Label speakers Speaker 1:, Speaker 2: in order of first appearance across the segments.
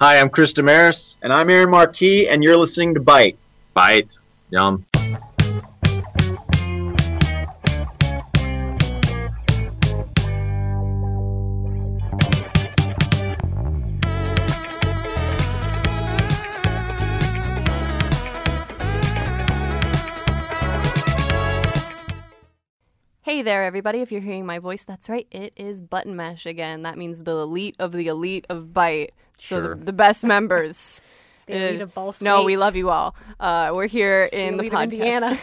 Speaker 1: Hi, I'm Chris Damaris.
Speaker 2: And I'm Aaron Marquis, and you're listening to Bite.
Speaker 1: Bite. Yum.
Speaker 3: Hey there, everybody. If you're hearing my voice, that's right. It is Button Mesh again. That means the elite of the elite of Bite. So
Speaker 1: Sure.
Speaker 3: the, the best members.
Speaker 4: The
Speaker 3: Uh,
Speaker 4: elite of Ball State.
Speaker 3: No, we love you all. Uh, we're here
Speaker 4: It's the
Speaker 3: in the,
Speaker 4: elite of
Speaker 3: podcast.
Speaker 4: Indiana.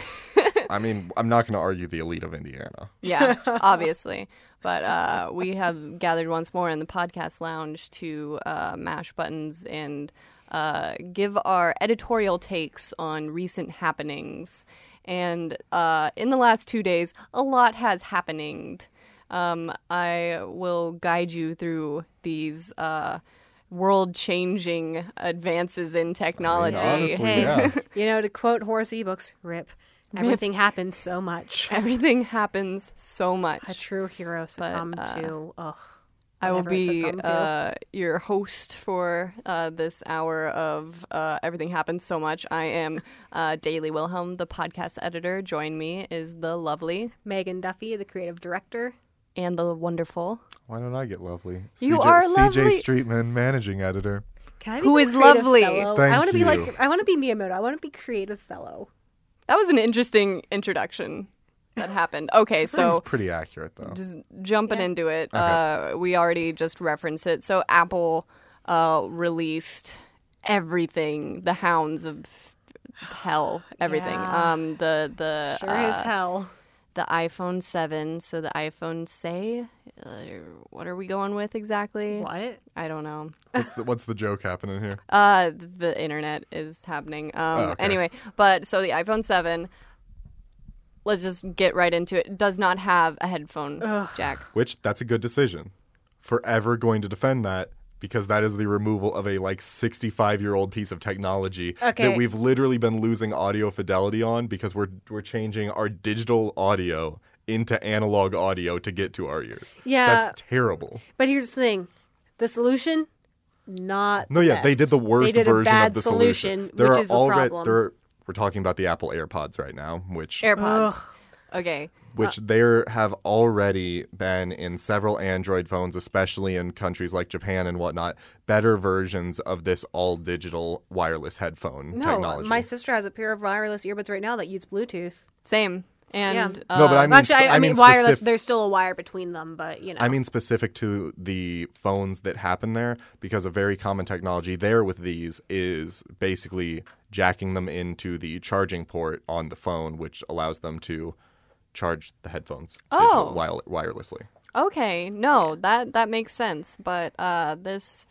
Speaker 5: I mean, I'm not going to argue the elite of Indiana.
Speaker 3: yeah, obviously. But uh, we have gathered once more in the podcast lounge to uh, mash buttons and uh, give our editorial takes on recent happenings. And uh, in the last two days, a lot has happened. Um, I will guide you through these uh, world changing advances in technology.
Speaker 5: honestly,
Speaker 4: hey.
Speaker 5: yeah.
Speaker 4: you know, to quote Horace ebooks, rip. Everything happens so much.
Speaker 3: Everything happens so much.
Speaker 4: A true hero succumbed to. Ugh,
Speaker 3: uh, I will
Speaker 4: whatever it
Speaker 3: be
Speaker 4: succumbed to.
Speaker 3: uh, your host for uh, this hour of uh, Everything Happens So Much. I am uh, Daily Wilhelm, the podcast editor. Join me is the lovely
Speaker 4: Megan Duffy, the creative director.
Speaker 3: and the wonderful.
Speaker 5: Why don't I get lovely?
Speaker 3: You
Speaker 5: CJ,
Speaker 3: are lovely.
Speaker 5: CJ Streetman, managing editor.
Speaker 4: Can I
Speaker 3: Who
Speaker 4: become
Speaker 3: is
Speaker 4: creative
Speaker 3: lovely.
Speaker 4: fellow?
Speaker 5: Thank
Speaker 4: I want to be
Speaker 5: you.
Speaker 4: like. I want to be Miyamoto. I want to be creative fellow.
Speaker 3: That was an interesting introduction that happened. Okay,
Speaker 5: Seems
Speaker 3: so
Speaker 5: pretty accurate though.
Speaker 3: just jumping into it. Uh, we already just referenced it. So Apple uh, released everything, the hounds of hell, everything.
Speaker 4: Yeah.
Speaker 3: Um, the the
Speaker 4: Sure
Speaker 3: uh,
Speaker 4: as hell.
Speaker 3: the iPhone 7, so the iPhone say, uh, what are we going with exactly?
Speaker 4: What?
Speaker 3: I don't know.
Speaker 5: What's the, what's the joke happening here?
Speaker 3: Uh the internet is happening. Um
Speaker 5: Oh, okay.
Speaker 3: anyway, but so the iPhone 7 let's just get right into it. Does not have a headphone jack.
Speaker 5: Which that's a good decision. Forever going to defend that because that is the removal of a like 65 year old piece of technology
Speaker 4: Okay.
Speaker 5: that we've literally been losing audio fidelity on because we're we're changing our digital audio into analog audio to get to our ears.
Speaker 4: Yeah.
Speaker 5: That's terrible.
Speaker 4: But here's the thing. The solution, not.
Speaker 5: No,
Speaker 4: the
Speaker 5: yeah, they
Speaker 4: best.
Speaker 5: did the worst
Speaker 4: They did a
Speaker 5: version
Speaker 4: bad
Speaker 5: of the
Speaker 4: solution,
Speaker 5: solution. There
Speaker 4: which
Speaker 5: are
Speaker 4: is the
Speaker 5: alre-
Speaker 4: problem.
Speaker 5: there are- we're talking about the Apple AirPods right now, which
Speaker 3: AirPods. Okay.
Speaker 5: which there have already been in several Android phones, especially in countries like Japan and whatnot, better versions of this all digital wireless headphone
Speaker 4: No,
Speaker 5: technology.
Speaker 4: my sister has a pair of wireless earbuds right now that use Bluetooth.
Speaker 3: Same. And
Speaker 4: Yeah.
Speaker 3: uh,
Speaker 5: no, but I mean,
Speaker 4: Actually,
Speaker 5: sp-
Speaker 4: I, I mean,
Speaker 5: specific-
Speaker 4: wireless. There's still a wire between them, but you know.
Speaker 5: I mean specific to the phones that happen there because a very common technology there with these is basically jacking them into the charging port on the phone, which allows them to charge the headphones
Speaker 3: Oh.
Speaker 5: digital, wire- wirelessly.
Speaker 3: Okay, no, that that makes sense. But uh, this,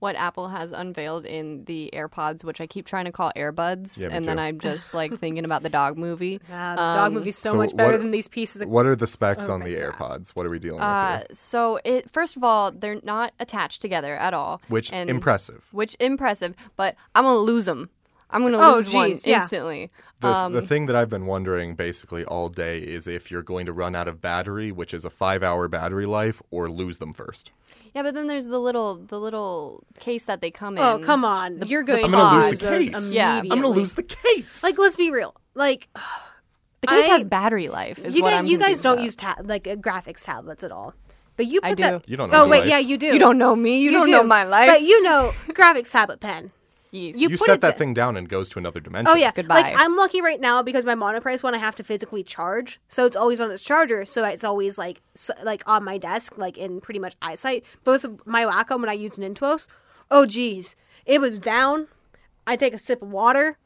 Speaker 3: what Apple has unveiled in the AirPods, which I keep trying to call Airbuds,
Speaker 5: Yeah, me
Speaker 3: and then
Speaker 5: too.
Speaker 3: I'm just like thinking about the dog movie. Um,
Speaker 4: Ah, the dog movie's so,
Speaker 5: so
Speaker 4: much better
Speaker 5: what-
Speaker 4: than these pieces of
Speaker 5: What are the
Speaker 4: Oh,
Speaker 5: specs on the AirPods? What are we dealing with
Speaker 3: Uh,
Speaker 5: here?
Speaker 3: so it first of all, they're not attached together at all,
Speaker 5: Which
Speaker 3: and-
Speaker 5: impressive.
Speaker 3: which impressive. But I'm gonna lose them. I'm gonna
Speaker 4: Oh,
Speaker 3: lose one
Speaker 4: geez, yeah.
Speaker 3: instantly. Um,
Speaker 5: The,
Speaker 4: um,
Speaker 5: the thing that I've been wondering basically all day is if you're going to run out of battery, which is a five hour battery life, or lose them first.
Speaker 3: Yeah, but then there's the little the little case that they come
Speaker 4: Oh,
Speaker 3: in.
Speaker 4: come on. You're going
Speaker 3: I'm
Speaker 4: to
Speaker 3: gonna lose
Speaker 4: lose
Speaker 5: the
Speaker 4: those
Speaker 5: case.
Speaker 3: Yeah. I'm
Speaker 4: immediately.
Speaker 3: gonna
Speaker 5: the case.
Speaker 4: Like, let's be real. Like,
Speaker 3: The case
Speaker 4: I-
Speaker 3: has battery life. Is
Speaker 4: you
Speaker 3: what
Speaker 4: guys,
Speaker 3: I'm
Speaker 4: you
Speaker 3: confused
Speaker 4: guys don't
Speaker 3: about.
Speaker 4: use ta- like uh, graphics tablets at all. But you put
Speaker 3: I do.
Speaker 4: that.
Speaker 5: You don't
Speaker 4: Oh
Speaker 5: know
Speaker 4: wait,
Speaker 5: life.
Speaker 4: yeah, you do.
Speaker 3: You don't know me. You, don't
Speaker 4: do.
Speaker 3: know my life.
Speaker 4: But you know graphics tablet pen.
Speaker 3: Yes.
Speaker 4: you
Speaker 5: you
Speaker 4: put it
Speaker 5: set that
Speaker 4: th-
Speaker 5: thing down and it goes to another dimension.
Speaker 4: Oh yeah,
Speaker 3: Goodbye.
Speaker 4: Like I'm lucky right now because my monoprice one I have to physically charge, so it's always on its charger, so it's always like s like on my desk, like in pretty much eyesight. Both of my Wacom when I used Nintos, oh geez, it was down. I take a sip of water,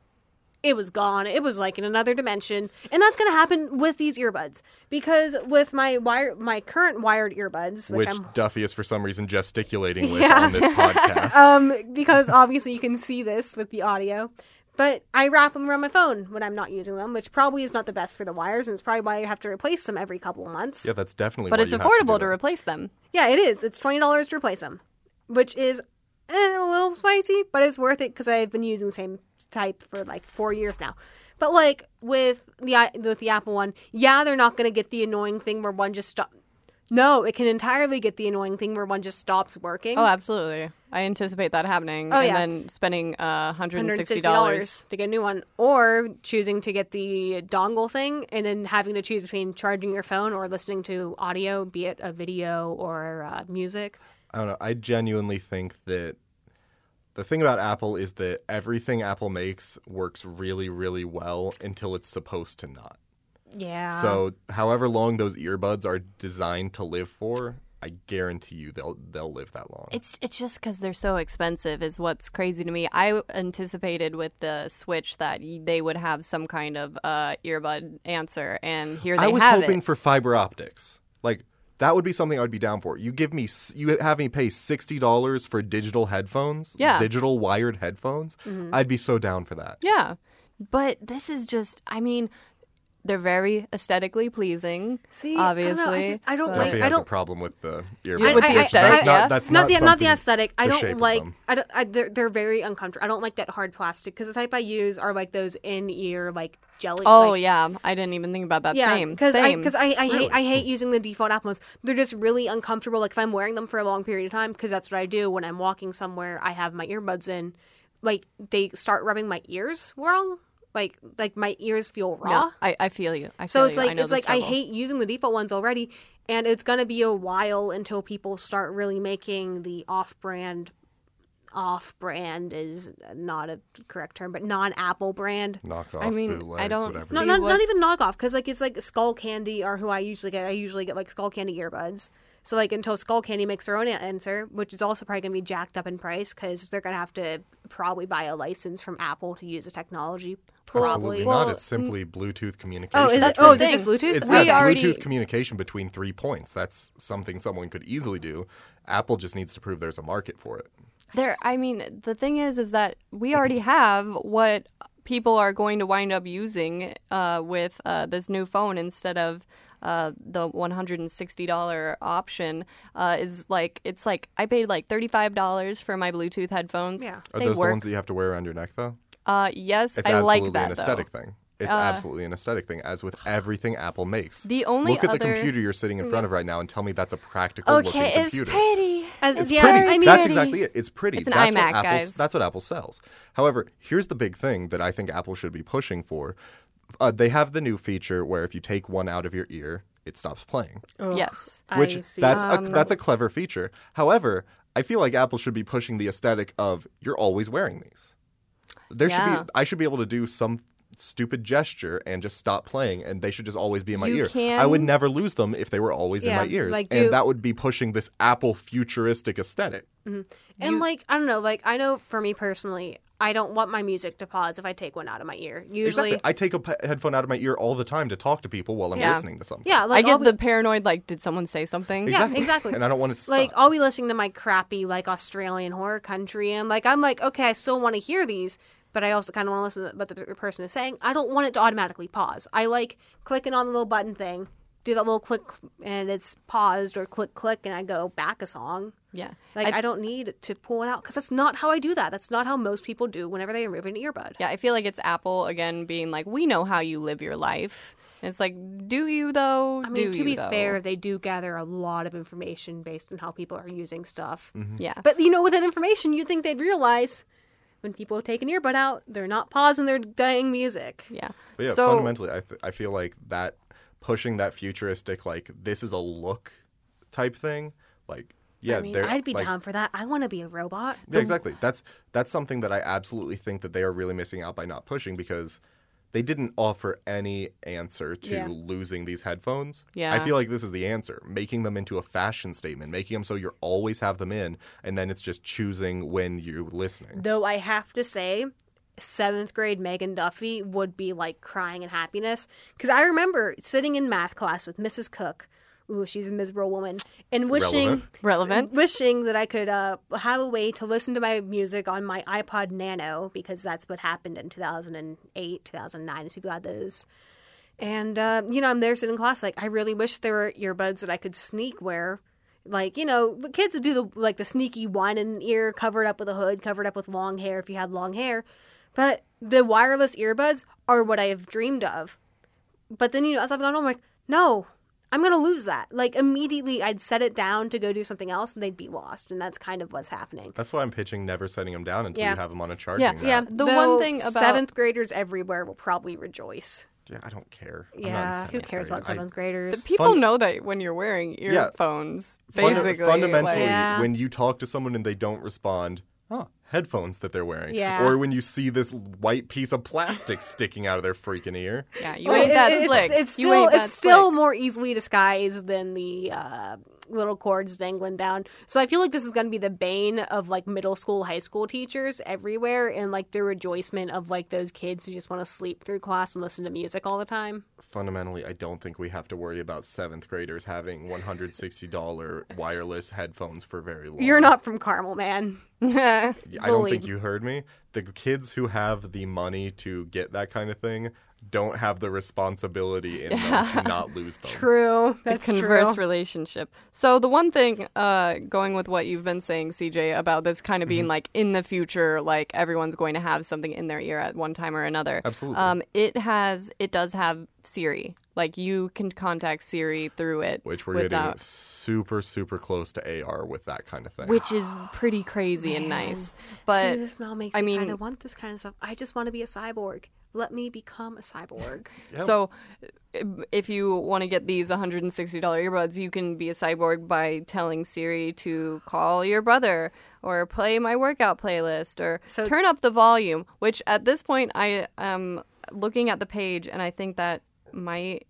Speaker 4: it was gone. It was like in another dimension, and that's gonna happen with these earbuds because with my wire, my current wired earbuds, which,
Speaker 5: Which
Speaker 4: I'm.
Speaker 5: Duffy is for some reason gesticulating with
Speaker 4: Yeah.
Speaker 5: on this podcast.
Speaker 4: Um, because obviously you can see this with the audio, but I wrap them around my phone when I'm not using them, which probably is not the best for the wires, and it's probably why I have to replace them every couple of months.
Speaker 5: yeah, that's definitely.
Speaker 3: but
Speaker 5: why
Speaker 3: it's
Speaker 5: you have do
Speaker 3: affordable to
Speaker 5: that.
Speaker 3: replace them.
Speaker 4: Yeah, it is. It's twenty dollars to replace them, which is eh, a little spicy, but it's worth it because I've been using the same type for like four years now. But like with the i- with the Apple one, yeah, they're not gonna get the annoying thing where one just stop. No, it can entirely get the annoying thing where one just stops working.
Speaker 3: Oh, absolutely. I anticipate that happening.
Speaker 4: Oh,
Speaker 3: and
Speaker 4: yeah.
Speaker 3: then spending uh, $160.
Speaker 4: $160 to get a new one, or choosing to get the dongle thing and then having to choose between charging your phone or listening to audio, be it a video or uh, music.
Speaker 5: I don't know. I genuinely think that the thing about Apple is that everything Apple makes works really, really well until it's supposed to not.
Speaker 4: Yeah.
Speaker 5: so, however long those earbuds are designed to live for, I guarantee you they'll they'll live that long.
Speaker 3: It's it's just because they're so expensive is what's crazy to me. I anticipated with the Switch that y- they would have some kind of uh, earbud answer, and here they
Speaker 5: I was
Speaker 3: have
Speaker 5: hoping
Speaker 3: it.
Speaker 5: for fiber optics. Like that would be something I would be down for. You give me, s- you have me pay sixty dollars for digital headphones,
Speaker 3: Yeah. Mm-hmm.
Speaker 5: digital wired headphones. I'd be so down for that.
Speaker 3: Yeah, but this is just. I mean, they're very aesthetically pleasing.
Speaker 4: See, I don't know, I
Speaker 3: obviously,
Speaker 4: just- I don't
Speaker 3: but-
Speaker 4: like-
Speaker 5: Duffy has a problem with the earbuds.
Speaker 3: with the
Speaker 5: That's
Speaker 3: aesthetic,
Speaker 5: not-
Speaker 3: yeah?
Speaker 5: that's
Speaker 4: not, the not the
Speaker 5: something-
Speaker 4: aesthetic. I
Speaker 5: the shape
Speaker 4: don't
Speaker 5: of
Speaker 4: like.
Speaker 5: them.
Speaker 4: I don't. I, they're, they're very uncomfortable. I don't like that hard plastic because the type I use are like those in ear like jelly.
Speaker 3: Oh
Speaker 4: like,
Speaker 3: yeah, I didn't even think about that. Uh, same,
Speaker 4: because I
Speaker 3: same.
Speaker 4: because I, I hate I hate using the default Apple ones. They're just really uncomfortable. Like if I'm wearing them for a long period of time, because that's what I do when I'm walking somewhere. I have my earbuds in. Like they start rubbing my ears wrong. Like like my ears feel raw.
Speaker 3: No, I, I feel you. I
Speaker 4: So
Speaker 3: feel
Speaker 4: it's
Speaker 3: you.
Speaker 4: like
Speaker 3: I know
Speaker 4: it's
Speaker 3: the
Speaker 4: like I
Speaker 3: struggle.
Speaker 4: hate using the default ones already, and it's gonna be a while until people start really making the off-brand. Off-brand is not a correct term, but non-Apple brand.
Speaker 5: knockoff.
Speaker 3: I mean, I
Speaker 5: bootlegs,
Speaker 3: don't
Speaker 5: Whatever.
Speaker 4: No,
Speaker 3: See
Speaker 4: not,
Speaker 3: what-
Speaker 4: not even knockoff because like it's like Skull Candy or who I usually get. I usually get like Skull Candy earbuds. So like until Skull Candy makes their own answer, which is also probably gonna be jacked up in price because they're gonna have to probably buy a license from Apple to use the technology.
Speaker 5: Absolutely
Speaker 4: Probably.
Speaker 3: Well,
Speaker 5: not. It's simply Bluetooth communication.
Speaker 4: Oh, is it,
Speaker 3: That's
Speaker 4: oh,
Speaker 3: the
Speaker 4: is it
Speaker 3: thing.
Speaker 4: just Bluetooth?
Speaker 5: It's
Speaker 3: We
Speaker 5: got
Speaker 3: already-
Speaker 5: Bluetooth communication between three points. That's something someone could easily do. Apple just needs to prove there's a market for it.
Speaker 3: There, I mean, the thing is, is that we already have what people are going to wind up using uh, with uh, this new phone instead of uh, the one hundred and sixty dollar option. Uh, is like it's like I paid like thirty five dollars for my Bluetooth headphones.
Speaker 4: Yeah.
Speaker 5: Are
Speaker 3: they
Speaker 5: those the
Speaker 3: work.
Speaker 5: ones that you have to wear around your neck, though?
Speaker 3: uh, yes,
Speaker 5: It's
Speaker 3: I
Speaker 5: absolutely
Speaker 3: like that
Speaker 5: an
Speaker 3: though. Uh,
Speaker 5: aesthetic thing. It's absolutely an aesthetic thing, as with everything Apple makes.
Speaker 3: The only
Speaker 5: look at the
Speaker 3: other-
Speaker 5: computer you're sitting in front of right now and tell me that's a practical
Speaker 3: Okay,
Speaker 5: looking
Speaker 3: it's
Speaker 5: computer.
Speaker 3: pretty.
Speaker 4: As-
Speaker 3: it's
Speaker 4: yeah,
Speaker 3: very
Speaker 4: I mean-
Speaker 5: that's
Speaker 3: pretty.
Speaker 5: exactly it. It's pretty.
Speaker 3: It's an
Speaker 5: that's
Speaker 3: iMac,
Speaker 5: what Apple,
Speaker 3: guys.
Speaker 5: That's what Apple sells. However, here's the big thing that I think Apple should be pushing for. Uh, they have the new feature where if you take one out of your ear, it stops playing,
Speaker 3: Oh. Yes.
Speaker 5: which
Speaker 4: I see. Um,
Speaker 5: that's a that's a clever feature. However, I feel like Apple should be pushing the aesthetic of you're always wearing these. There
Speaker 3: Yeah.
Speaker 5: should be I should be able to do some stupid gesture and just stop playing and they should just always be in my
Speaker 3: You
Speaker 5: ear. I
Speaker 3: can-
Speaker 5: would never lose them if they were always
Speaker 4: Yeah,
Speaker 5: in my ears.
Speaker 4: like,
Speaker 5: and
Speaker 4: do-
Speaker 5: that would be pushing this Apple futuristic aesthetic.
Speaker 4: And like I don't know, like I know for me personally, I don't want my music to pause if I take one out of my ear. Usually,
Speaker 5: Exactly. I take a p- headphone out of my ear all the time to talk to people while I'm
Speaker 3: Yeah.
Speaker 5: listening to something.
Speaker 4: yeah, like
Speaker 3: I get
Speaker 4: I'll be-
Speaker 3: the paranoid. Like, did someone say something?
Speaker 5: Exactly.
Speaker 4: exactly.
Speaker 5: And I don't want it to stop.
Speaker 4: like I'll be listening to my crappy like Australian horror country, and like I'm like okay, I still want to hear these, but I also kind of want to listen to what the person is saying. I don't want it to automatically pause. I like clicking on the little button thing, do that little click, and it's paused or click click, and I go back a song.
Speaker 3: Yeah.
Speaker 4: Like I, don't need to pull it out because that's not how I do that. That's not how most people do whenever they remove an earbud.
Speaker 3: Yeah, I feel like it's Apple again being like, we know how you live your life. And it's like, do you though?
Speaker 4: I mean,
Speaker 3: do
Speaker 4: to
Speaker 3: you,
Speaker 4: be
Speaker 3: though?
Speaker 4: fair, they do gather a lot of information based on how people are using stuff.
Speaker 5: Mm-hmm.
Speaker 3: yeah.
Speaker 4: But you know, with that information, you'd think they'd realize when people take an earbud out, they're not pausing their dang music.
Speaker 3: yeah.
Speaker 5: But yeah,
Speaker 3: so
Speaker 5: fundamentally, I, th- I feel like that pushing that futuristic, like this is a look type thing. Like, yeah,
Speaker 4: I mean,
Speaker 5: they're-
Speaker 4: I'd be
Speaker 5: like,
Speaker 4: down for that. I want to be a robot.
Speaker 5: Yeah, exactly. That's that's something that I absolutely think that they are really missing out by not pushing because they didn't offer any answer to
Speaker 4: Yeah.
Speaker 5: losing these headphones. I
Speaker 3: Yeah.
Speaker 5: feel like this is the answer, making them into a fashion statement, making them so you always have them in and then it's just choosing when you're listening.
Speaker 4: Though I have to say, seventh grade Megan Duffy would be like crying in happiness. Because I remember sitting in math class with Mrs. Cook. Ooh, she's a miserable woman. And wishing.
Speaker 5: Relevant.
Speaker 3: relevant.
Speaker 4: wishing that I could uh, have a way to listen to my music on my iPod Nano because that's what happened in 2008, 2009 is people had those. And uh, you know, I'm there sitting in class like I really wish there were earbuds that I could sneak wear. Like you know, the kids would do the like the sneaky one in the ear covered up with a hood, covered up with long hair if you had long hair. But the wireless earbuds are what I have dreamed of. But then you know, as I've gone on, I'm like, no, I'm going to lose that. Like immediately I'd set it down to go do something else and they'd be lost. And that's kind of what's happening.
Speaker 5: That's why I'm pitching never setting them down until
Speaker 4: Yeah.
Speaker 5: you have them on a charging
Speaker 3: Yeah.
Speaker 5: mount.
Speaker 4: Yeah.
Speaker 3: The
Speaker 4: though
Speaker 3: one thing about-
Speaker 4: seventh graders everywhere will probably rejoice.
Speaker 5: Yeah, I don't care. I'm not in
Speaker 4: Yeah. Who
Speaker 5: seventh
Speaker 4: cares
Speaker 5: grade.
Speaker 4: about
Speaker 5: I-
Speaker 4: seventh graders?
Speaker 3: People
Speaker 5: Fun-
Speaker 3: know that when you're wearing
Speaker 5: Yeah.
Speaker 3: earphones,
Speaker 5: Funda-
Speaker 3: basically.
Speaker 5: fundamentally,
Speaker 3: like-
Speaker 4: Yeah.
Speaker 5: when you talk to someone and they don't respond, oh, headphones that they're wearing.
Speaker 4: Yeah.
Speaker 5: Or when you see this white piece of plastic sticking out of their freaking ear.
Speaker 3: yeah, you
Speaker 4: Well,
Speaker 3: ain't
Speaker 4: it-
Speaker 3: that
Speaker 4: it's,
Speaker 3: slick.
Speaker 4: It's
Speaker 3: you
Speaker 4: still,
Speaker 3: ain't that
Speaker 4: it's still
Speaker 3: slick.
Speaker 4: more easily disguised than the uh, little cords dangling down. So I feel like this is going to be the bane of like middle school, high school teachers everywhere, and like the rejoicement of like those kids who just want to sleep through class and listen to music all the time.
Speaker 5: Fundamentally, I don't think we have to worry about seventh graders having $160 wireless headphones for very long.
Speaker 4: You're not from Carmel, man.
Speaker 5: I don't
Speaker 4: bullied.
Speaker 5: think you heard me. The kids who have the money to get that kind of thing don't have the responsibility in them to not lose them.
Speaker 4: True. That's
Speaker 3: converse
Speaker 4: true.
Speaker 3: relationship. So the one thing, uh, going with what you've been saying, CJ, about this kind of
Speaker 5: Mm-hmm.
Speaker 3: being like in the future, like everyone's going to have something in their ear at one time or another.
Speaker 5: Absolutely.
Speaker 3: Um, it has, it does have Siri. Like you can contact Siri through it,
Speaker 5: Which we're getting
Speaker 3: without,
Speaker 5: super, super close to AR with that kind of thing.
Speaker 3: which is pretty crazy and nice. But
Speaker 4: See, this smell makes
Speaker 3: I
Speaker 4: me
Speaker 3: mean-
Speaker 4: kind of want this kind of stuff. I just want to be a cyborg. Let me become a cyborg.
Speaker 5: Yeah.
Speaker 3: So, i- if you want to get these $160 earbuds, you can be a cyborg by telling Siri to call your brother or play my workout playlist or
Speaker 4: So it's-
Speaker 3: turn up the volume, which at this point I am looking at the page and I think that might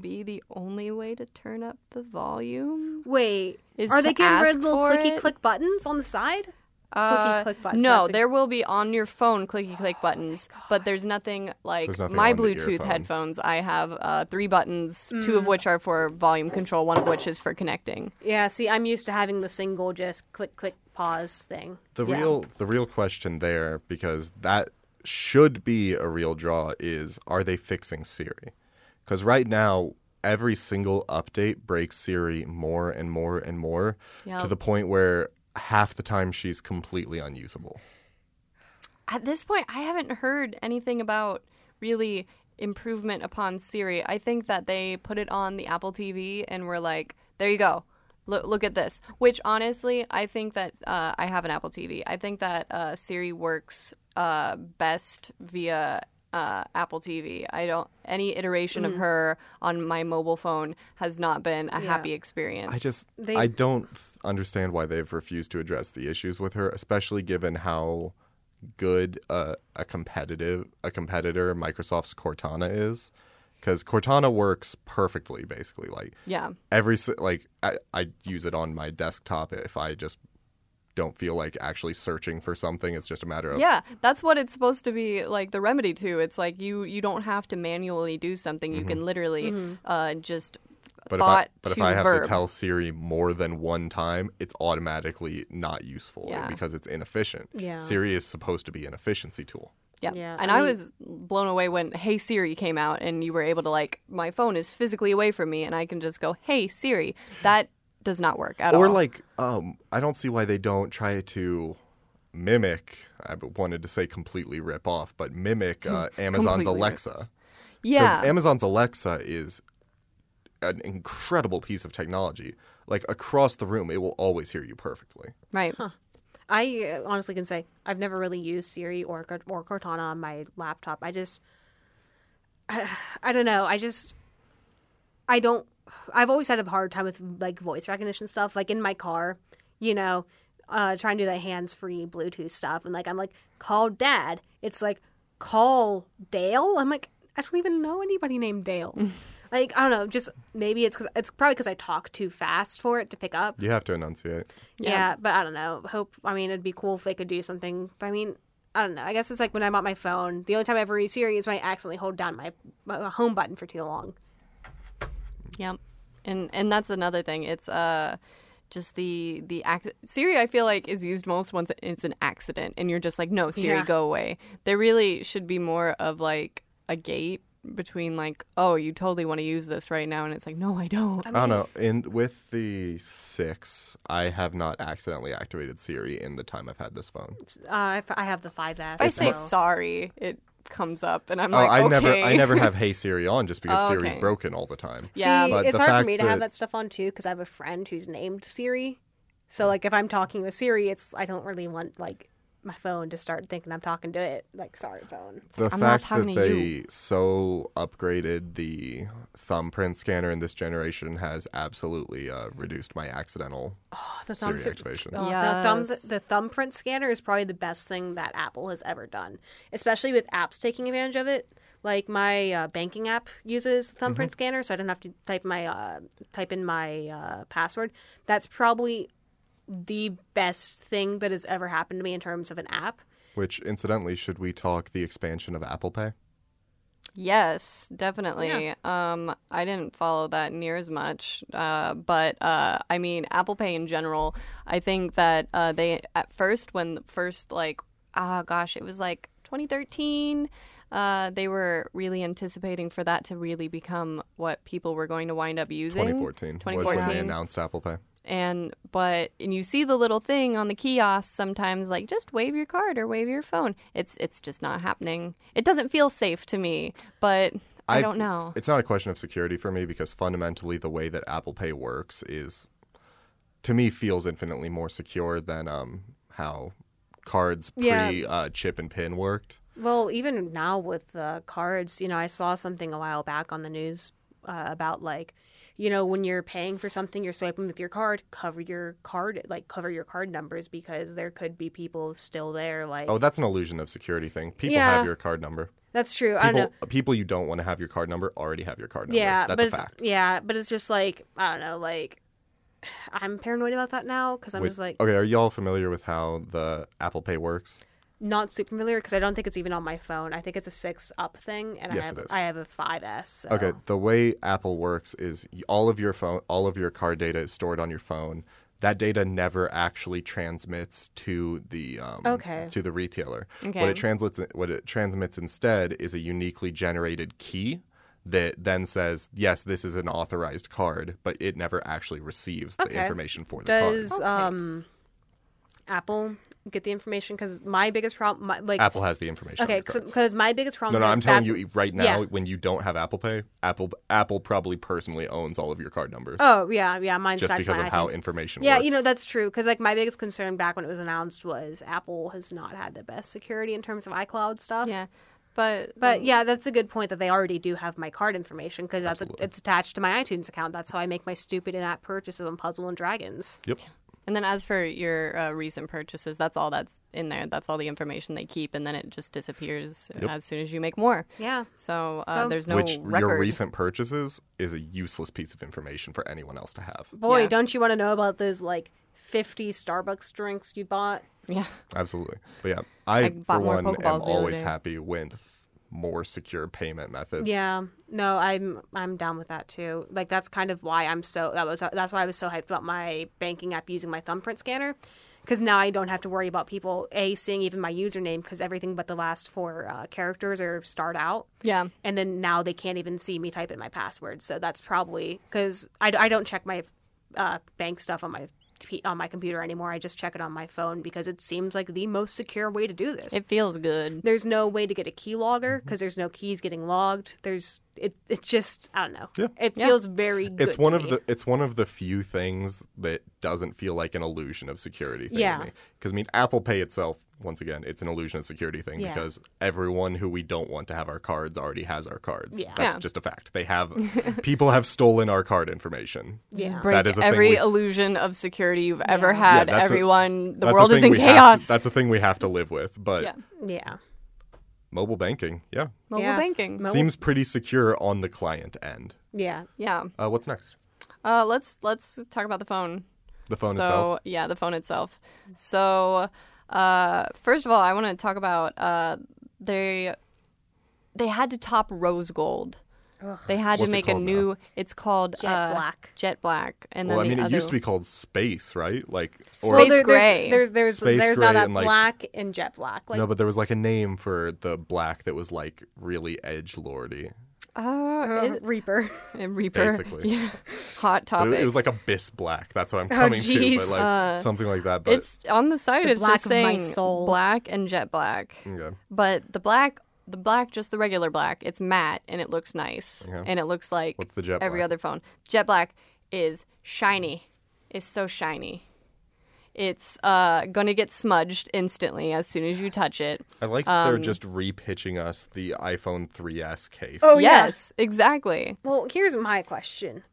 Speaker 3: be the only way to turn up the volume.
Speaker 4: Wait,
Speaker 3: Is
Speaker 4: are
Speaker 3: to
Speaker 4: they getting rid
Speaker 3: ask
Speaker 4: of little
Speaker 3: for
Speaker 4: clicky
Speaker 3: it?
Speaker 4: click buttons on the side?
Speaker 3: Uh,
Speaker 4: click button.
Speaker 3: no,
Speaker 4: That's a- Oh,
Speaker 3: there will be on your phone clicky click buttons, but there's nothing like
Speaker 5: There's nothing
Speaker 3: my
Speaker 5: on the
Speaker 3: Bluetooth
Speaker 5: earphones.
Speaker 3: headphones. I have uh, three buttons, two
Speaker 4: Mm.
Speaker 3: of which are for volume control, one of which is for connecting.
Speaker 4: Yeah, see, I'm used to having the single just click, click, pause thing.
Speaker 5: the
Speaker 3: Yeah.
Speaker 5: real the real question there because that should be a real draw is are they fixing Siri? Cuz right now every single update breaks Siri more and more and more
Speaker 3: Yeah.
Speaker 5: to the point where half the time she's completely unusable.
Speaker 3: At this point, I haven't heard anything about really improvement upon Siri. I think that they put it on the Apple TV and were like, there you go. Look, look at this. Which honestly, I think that uh, I have an Apple TV. I think that uh, Siri works uh, best via uh, Apple TV. I don't any iteration of her on my mobile phone has not been a happy experience.
Speaker 5: I just
Speaker 4: They-
Speaker 5: I don't f- understand why they've refused to address the issues with her, especially given how good uh, a competitive a competitor Microsoft's Cortana is. Because Cortana works perfectly, basically. Like
Speaker 3: yeah.
Speaker 5: every si- like I, I use it on my desktop if I just don't feel like actually searching for something. It's just a matter of
Speaker 3: Yeah, that's what it's supposed to be like the remedy to. It's like you you don't have to manually do something. You
Speaker 5: Mm-hmm.
Speaker 3: can literally
Speaker 4: Mm-hmm.
Speaker 3: uh, just
Speaker 5: But if I
Speaker 3: thought
Speaker 5: but if
Speaker 3: to
Speaker 5: I have
Speaker 3: verb.
Speaker 5: to tell Siri more than one time, it's automatically not useful
Speaker 3: Yeah.
Speaker 5: because it's inefficient.
Speaker 4: Yeah.
Speaker 5: Siri is supposed to be an efficiency tool.
Speaker 3: Yeah.
Speaker 4: Yeah,
Speaker 3: and I,
Speaker 4: I mean-
Speaker 3: was blown away when Hey Siri came out and you were able to like my phone is physically away from me and I can just go Hey Siri. That does not work at
Speaker 5: or
Speaker 3: all.
Speaker 5: like um i don't see why they don't try to mimic i wanted to say completely rip off but mimic uh, amazon's
Speaker 3: completely rip.
Speaker 5: alexa 'Cause
Speaker 3: yeah.
Speaker 5: amazon's alexa is an incredible piece of technology like across the room it will always hear you perfectly
Speaker 3: right.
Speaker 4: I uh, honestly can say I've never really used Siri or Cort- or Cortana on my laptop. I just, I, I don't know. I just, I don't. I've always had a hard time with like voice recognition stuff. Like in my car, you know, uh, trying to do the hands free Bluetooth stuff, and like I'm like call Dad. It's like call Dale. I'm like I don't even know anybody named Dale. like I don't know. Just maybe it's 'cause- it's probably because I talk too fast for it to pick up.
Speaker 5: you have to enunciate
Speaker 3: Yeah.
Speaker 4: Yeah. but I don't know. Hope I mean it'd be cool if they could do something. But I mean, I don't know. I guess it's like when I'm on my phone. The only time I ever use Siri is when I accidentally hold down my, my home button for too long.
Speaker 3: Yep. And and that's another thing. It's uh just the the ac- Siri I feel like is used most once it's an accident and you're just like no Siri
Speaker 4: Yeah.
Speaker 3: go away. There really should be more of like a gate between like oh you totally want to use this right now and it's like no I don't.
Speaker 5: i don't know and with the six i have not accidentally activated siri in the time i've had this phone
Speaker 4: Uh, I f- I have the 5S.
Speaker 3: I say
Speaker 4: so-
Speaker 3: sorry. It comes up, and I'm
Speaker 5: oh,
Speaker 3: like,
Speaker 5: I
Speaker 3: okay.
Speaker 5: never, I never have Hey Siri on just because
Speaker 3: Oh,
Speaker 5: Siri's
Speaker 3: okay.
Speaker 5: broken all the time.
Speaker 3: Yeah,
Speaker 4: See,
Speaker 5: but
Speaker 4: it's
Speaker 5: the
Speaker 4: hard
Speaker 5: fact
Speaker 4: for me to have
Speaker 5: that-
Speaker 4: that stuff on too because I have a friend who's named Siri. So like if I'm talking with Siri, it's I don't really want like my phone to start thinking I'm talking to it. Like sorry phone.
Speaker 5: The
Speaker 3: I'm not
Speaker 5: fact
Speaker 3: talking
Speaker 5: that
Speaker 3: to
Speaker 5: they
Speaker 3: you.
Speaker 5: so upgraded the thumbprint scanner in this generation has absolutely uh, reduced my accidental
Speaker 4: Oh, the
Speaker 5: Siri
Speaker 4: thumbs
Speaker 5: activation.
Speaker 4: Oh, the, thumb,
Speaker 3: Yes.
Speaker 4: the thumbprint scanner is probably the best thing that Apple has ever done, especially with apps taking advantage of it. Like my uh, banking app uses the thumbprint scanner, so I don't have to type my uh, type in my uh, password. That's probably the best thing that has ever happened to me in terms of an app.
Speaker 5: Which, incidentally, should we talk the expansion of Apple Pay?
Speaker 3: Yes, definitely. Um, I didn't follow that near as much, uh, but uh, I mean, Apple Pay in general. I think that uh, they at first, when the first like, ah, gosh, it was like 2013. Uh, they were really anticipating for that to really become what people were going to wind up using.
Speaker 5: 2014, was when
Speaker 3: 2014.
Speaker 5: they announced Apple Pay.
Speaker 3: and but and you see the little thing on the kiosk sometimes like just wave your card or wave your phone it's it's just not happening it doesn't feel safe to me but i, don't know
Speaker 5: It's not a question of security for me because fundamentally, the way that Apple Pay works is, to me, feels infinitely more secure than um, how cards
Speaker 4: Yeah.
Speaker 5: pre uh, chip and pin worked.
Speaker 4: Well, even now with the cards, you know, I saw something a while back on the news uh, about like, you know, when you're paying for something, you're swiping with your card, cover your card, like cover your card numbers because there could be people still there. Like,
Speaker 5: Oh, that's an illusion of security thing. People
Speaker 4: Yeah.
Speaker 5: have your card number.
Speaker 4: that's true. I don't know.
Speaker 5: People, people you don't want to have your card number already have your card number.
Speaker 4: Yeah,
Speaker 5: that's
Speaker 4: but
Speaker 5: a
Speaker 4: it's,
Speaker 5: fact.
Speaker 4: yeah, but it's just like I don't know. Like, I'm paranoid about that now because I'm
Speaker 5: Wait,
Speaker 4: just like
Speaker 5: okay, are y'all familiar with how the Apple Pay works?
Speaker 4: not super familiar because I don't think it's even on my phone. I think it's a six up thing, and
Speaker 5: Yes,
Speaker 4: I have
Speaker 5: it is.
Speaker 4: I have a 5S. So.
Speaker 5: Okay, the way Apple works is y- all of your phone, all of your card data is stored on your phone. That data never actually transmits to the um,
Speaker 4: Okay.
Speaker 5: to the retailer. What
Speaker 3: Okay.
Speaker 5: it translates, what it transmits instead is a uniquely generated key that then says, "Yes, this is an authorized card," but it never actually receives the
Speaker 4: Okay.
Speaker 5: information for the
Speaker 4: Does
Speaker 5: card.
Speaker 4: um, Apple get the information? Because my biggest problem, my, like,
Speaker 5: Apple has the information. on
Speaker 4: okay,
Speaker 5: your cards.
Speaker 4: because my biggest problem.
Speaker 5: No, no,
Speaker 4: is
Speaker 5: I'm
Speaker 4: that
Speaker 5: telling
Speaker 4: back-
Speaker 5: you e, right now
Speaker 4: Yeah.
Speaker 5: when you don't have Apple Pay, Apple Apple probably personally owns all of your card numbers
Speaker 4: Oh yeah, yeah, mine's
Speaker 5: just
Speaker 4: tied to
Speaker 5: because
Speaker 4: my
Speaker 5: of how
Speaker 4: iTunes.
Speaker 5: information
Speaker 4: yeah,
Speaker 5: works.
Speaker 4: you know that's true. Because like my biggest concern back when it was announced was Apple has not had the best security in terms of iCloud stuff.
Speaker 3: yeah but
Speaker 4: But yeah, that's a good point that they already do have my card information because that's a, it's attached to my iTunes account. That's how I make my stupid in-app purchases on Puzzle and Dragons.
Speaker 5: Yep.
Speaker 3: and then as for your uh, recent purchases that's all that's in there that's all the information they keep and then it just disappears as soon as you make more
Speaker 4: Yeah,
Speaker 3: so, uh,
Speaker 4: So-
Speaker 3: there's no
Speaker 5: Which
Speaker 3: record
Speaker 5: your recent purchases is a useless piece of information for anyone else to have.
Speaker 4: boy,
Speaker 3: Yeah.
Speaker 4: don't you want to know about those like fifty Starbucks drinks you bought?
Speaker 3: yeah
Speaker 5: Absolutely. But yeah, I,
Speaker 3: I bought
Speaker 5: for
Speaker 3: more
Speaker 5: one
Speaker 3: Pokeballs the
Speaker 5: am
Speaker 3: other
Speaker 5: always
Speaker 3: day.
Speaker 5: happy with more secure payment methods.
Speaker 4: Yeah, no, I'm I'm down with that too. Like that's kind of why I'm so that was that's why I was so hyped about my banking app using my thumbprint scanner, because now I don't have to worry about people a seeing even my username because everything but the last four uh, characters are starred out,
Speaker 3: yeah
Speaker 4: and then now they can't even see me type in my password. So that's probably because I, I don't check my uh, bank stuff on my p- on my computer anymore. I just check it on my phone because it seems like the most secure way to do this
Speaker 3: it feels good
Speaker 4: there's no way to get a key logger
Speaker 5: Mm-hmm.
Speaker 4: because there's no keys getting logged. There's it. It's just I don't know.
Speaker 5: Yeah.
Speaker 4: It
Speaker 3: Yeah.
Speaker 4: feels very. Good
Speaker 5: It's one
Speaker 4: to
Speaker 5: of
Speaker 4: me.
Speaker 5: the it's one of the few things that doesn't feel like an illusion of security thing
Speaker 4: Yeah.
Speaker 5: to me. Because I mean Apple Pay itself, once again, it's an illusion of security thing
Speaker 4: Yeah.
Speaker 5: because everyone who we don't want to have our cards already has our cards.
Speaker 4: Yeah.
Speaker 5: That's
Speaker 3: Yeah.
Speaker 5: just a fact. They have people have stolen our card information.
Speaker 4: yeah.
Speaker 3: break
Speaker 5: That is a thing
Speaker 3: every
Speaker 5: we-
Speaker 3: illusion of security you've ever
Speaker 4: Yeah,
Speaker 3: had
Speaker 5: that's a-
Speaker 3: everyone the
Speaker 5: That's a
Speaker 3: world is
Speaker 5: thing
Speaker 3: in
Speaker 5: we have
Speaker 3: chaos
Speaker 5: to- that's a thing we have to live with. But
Speaker 3: Yeah.
Speaker 4: Yeah.
Speaker 5: mobile banking, yeah.
Speaker 3: mobile
Speaker 4: Yeah.
Speaker 3: banking
Speaker 4: Mobile-
Speaker 5: Seems pretty secure on the client end.
Speaker 4: Yeah.
Speaker 3: yeah
Speaker 5: Uh, what's next?
Speaker 3: Uh, let's let's talk about the phone.
Speaker 5: The phone
Speaker 3: so
Speaker 5: itself.
Speaker 3: yeah, the phone itself. So uh, first of all, I want to talk about uh, they they had to top rose gold. They had to
Speaker 5: What's it
Speaker 3: make a
Speaker 5: called now?
Speaker 3: new. It's called
Speaker 4: Jet
Speaker 3: uh,
Speaker 4: black.
Speaker 3: Jet black, and
Speaker 5: Well,
Speaker 3: then
Speaker 5: I mean,
Speaker 3: the
Speaker 5: it
Speaker 3: other
Speaker 5: used to be called space, right? Like,
Speaker 3: Space
Speaker 4: there-
Speaker 3: gray.
Speaker 4: There's there's there's,
Speaker 5: Space
Speaker 4: there's now
Speaker 5: gray
Speaker 4: that
Speaker 5: and, like-
Speaker 4: black and jet black. Like
Speaker 5: no, but there was like a name for the black that was like really edge lordy.
Speaker 3: Oh,
Speaker 4: uh,
Speaker 3: it-
Speaker 4: Reaper.
Speaker 3: and Reaper.
Speaker 5: basically.
Speaker 3: Yeah. hot
Speaker 5: But
Speaker 3: topic.
Speaker 5: it, it was like abyss black. That's what I'm coming to,
Speaker 4: Oh, jeez.
Speaker 5: but like
Speaker 3: Uh,
Speaker 5: something like that. But
Speaker 3: it's on the side.
Speaker 4: The
Speaker 3: it's
Speaker 4: black
Speaker 3: just
Speaker 4: of my
Speaker 3: saying
Speaker 4: soul.
Speaker 3: black and jet black,
Speaker 5: okay.
Speaker 3: but the black the black, just the regular black. It's matte and it looks nice
Speaker 5: Okay.
Speaker 3: and it looks like
Speaker 5: What's the jet
Speaker 3: every
Speaker 5: black?
Speaker 3: other phone. Jet black is shiny. It's so shiny. It's uh, gonna get smudged instantly as soon as you touch it.
Speaker 5: I like that
Speaker 4: Um,
Speaker 5: they're just repitching us the iPhone 3S case.
Speaker 4: Oh, yeah.
Speaker 3: yes, exactly.
Speaker 4: Well, here's my question.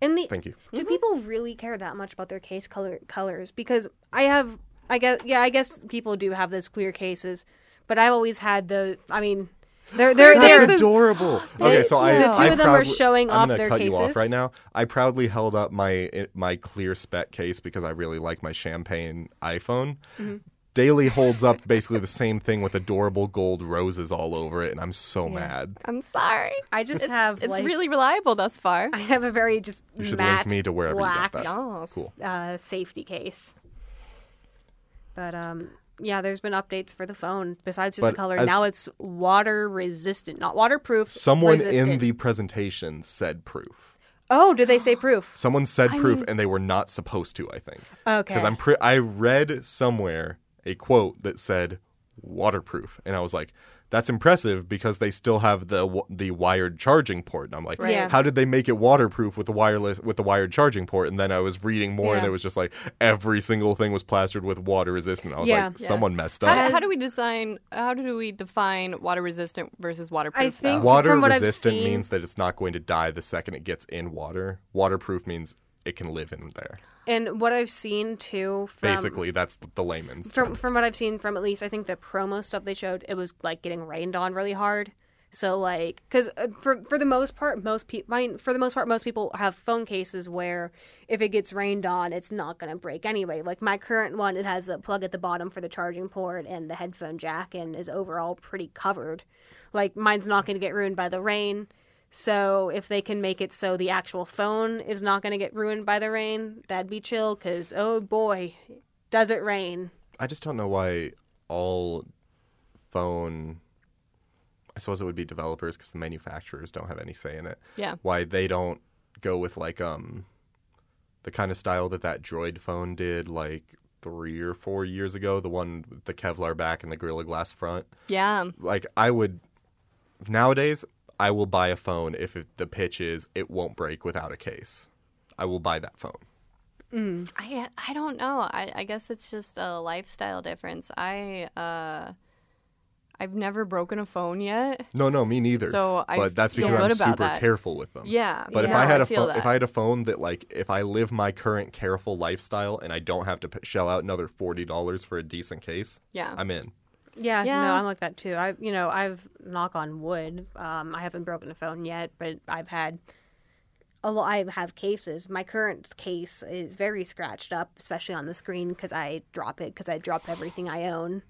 Speaker 4: In the
Speaker 5: Thank you.
Speaker 4: do
Speaker 3: Mm-hmm.
Speaker 4: people really care that much about their case color colors? Because I have, I guess, yeah, I guess people do have those clear cases, but I've always had the. I mean, they're they're
Speaker 3: Clear
Speaker 4: they're
Speaker 5: That's
Speaker 3: cases.
Speaker 5: adorable. Okay, so I,
Speaker 4: The two
Speaker 5: I
Speaker 4: of them are
Speaker 5: proudly-
Speaker 4: showing
Speaker 5: I'm
Speaker 4: off
Speaker 5: gonna
Speaker 4: their
Speaker 5: cut you off
Speaker 4: cases.
Speaker 5: right now. I proudly held up my eh, my clear spec case because I really like my champagne iPhone.
Speaker 4: Mm-hmm.
Speaker 5: Daily holds up basically the same thing with adorable gold roses all over it, and I'm so mad.
Speaker 3: I'm sorry.
Speaker 4: I just have.
Speaker 3: It's
Speaker 4: like,
Speaker 3: really reliable thus far.
Speaker 4: I have a very just
Speaker 5: You should
Speaker 4: matte
Speaker 5: link me to wherever
Speaker 4: black
Speaker 5: you got that.
Speaker 3: Yes.
Speaker 5: Cool.
Speaker 4: uh, safety case. But um, yeah, there's been updates for the phone besides just the
Speaker 5: But
Speaker 4: color.
Speaker 5: as-
Speaker 4: now it's water resistant, not waterproof.
Speaker 5: Someone in
Speaker 4: resistant.
Speaker 5: the presentation said proof.
Speaker 4: oh, did they say proof?
Speaker 5: Someone said proof, and they were not supposed to. I think
Speaker 4: Okay,
Speaker 5: because I'm pre- I read somewhere a quote that said waterproof, and I was like, "That's impressive because they still have the w- the wired charging port." And I'm like,
Speaker 3: Right.
Speaker 4: Yeah.
Speaker 5: "How did they make it waterproof with the wireless with the wired charging port?" And then I was reading more, and
Speaker 4: Yeah.
Speaker 5: it was just like every single thing was plastered with water resistant. I was
Speaker 4: Yeah.
Speaker 5: like,
Speaker 3: Yeah.
Speaker 5: "Someone messed
Speaker 3: How,
Speaker 5: up."
Speaker 3: how
Speaker 4: Has-
Speaker 3: do we design? How do we define water resistant versus waterproof?
Speaker 4: I think-
Speaker 3: though?
Speaker 5: water
Speaker 4: Uh, From what I've
Speaker 5: resistant
Speaker 4: seen-
Speaker 5: means that it's not going to die the second it gets in water. Waterproof means it can live in
Speaker 4: Um,
Speaker 5: there.
Speaker 4: and what I've seen too, from,
Speaker 5: Basically, that's the, the layman's.
Speaker 4: from from what I've seen from at least I think the promo stuff they showed, it was like getting rained on really hard. So like, because for for the most part, most people, mine for the most part, most people have phone cases where if it gets rained on, it's not gonna break anyway. Like my current one, it has a plug at the bottom for the charging port and the headphone jack, and is overall pretty covered. Like mine's not gonna get ruined by the rain. So if they can make it so the actual phone is not gonna get ruined by the rain, that'd be chill. Cause oh boy, does it rain.
Speaker 5: I just don't know why all phone. I suppose it would be developers because the manufacturers don't have any say in it.
Speaker 3: Yeah.
Speaker 5: Why they don't go with like um, the kind of style that that Droid phone did like three or four years ago, the one with the Kevlar back and the Gorilla Glass front.
Speaker 3: Yeah.
Speaker 5: Like I would nowadays, I will buy a phone if it, the pitch is it won't break without a case. I will buy that phone.
Speaker 3: I I don't know. I, I guess it's just a lifestyle difference. I uh, I've never broken a phone yet.
Speaker 5: No, no, me neither.
Speaker 3: So I
Speaker 5: but that's
Speaker 3: feel
Speaker 5: because I'm
Speaker 3: good about
Speaker 5: super
Speaker 3: that.
Speaker 5: careful with them.
Speaker 3: Yeah,
Speaker 5: Um, But if
Speaker 3: yeah,
Speaker 5: I had
Speaker 3: I
Speaker 5: a
Speaker 3: feel
Speaker 5: phone, if
Speaker 3: that.
Speaker 5: I had a phone that like if I live my current careful lifestyle and I don't have to p- shell out another forty dollars for a decent case,
Speaker 3: Yeah.
Speaker 5: I'm in.
Speaker 4: Yeah,
Speaker 3: Yeah.
Speaker 4: no, I'm like that too. I, you know, I've knock on wood. Um, I haven't broken a phone yet, but I've had. Although I have cases, my current case is very scratched up, especially on the screen because I drop it because I drop everything I own.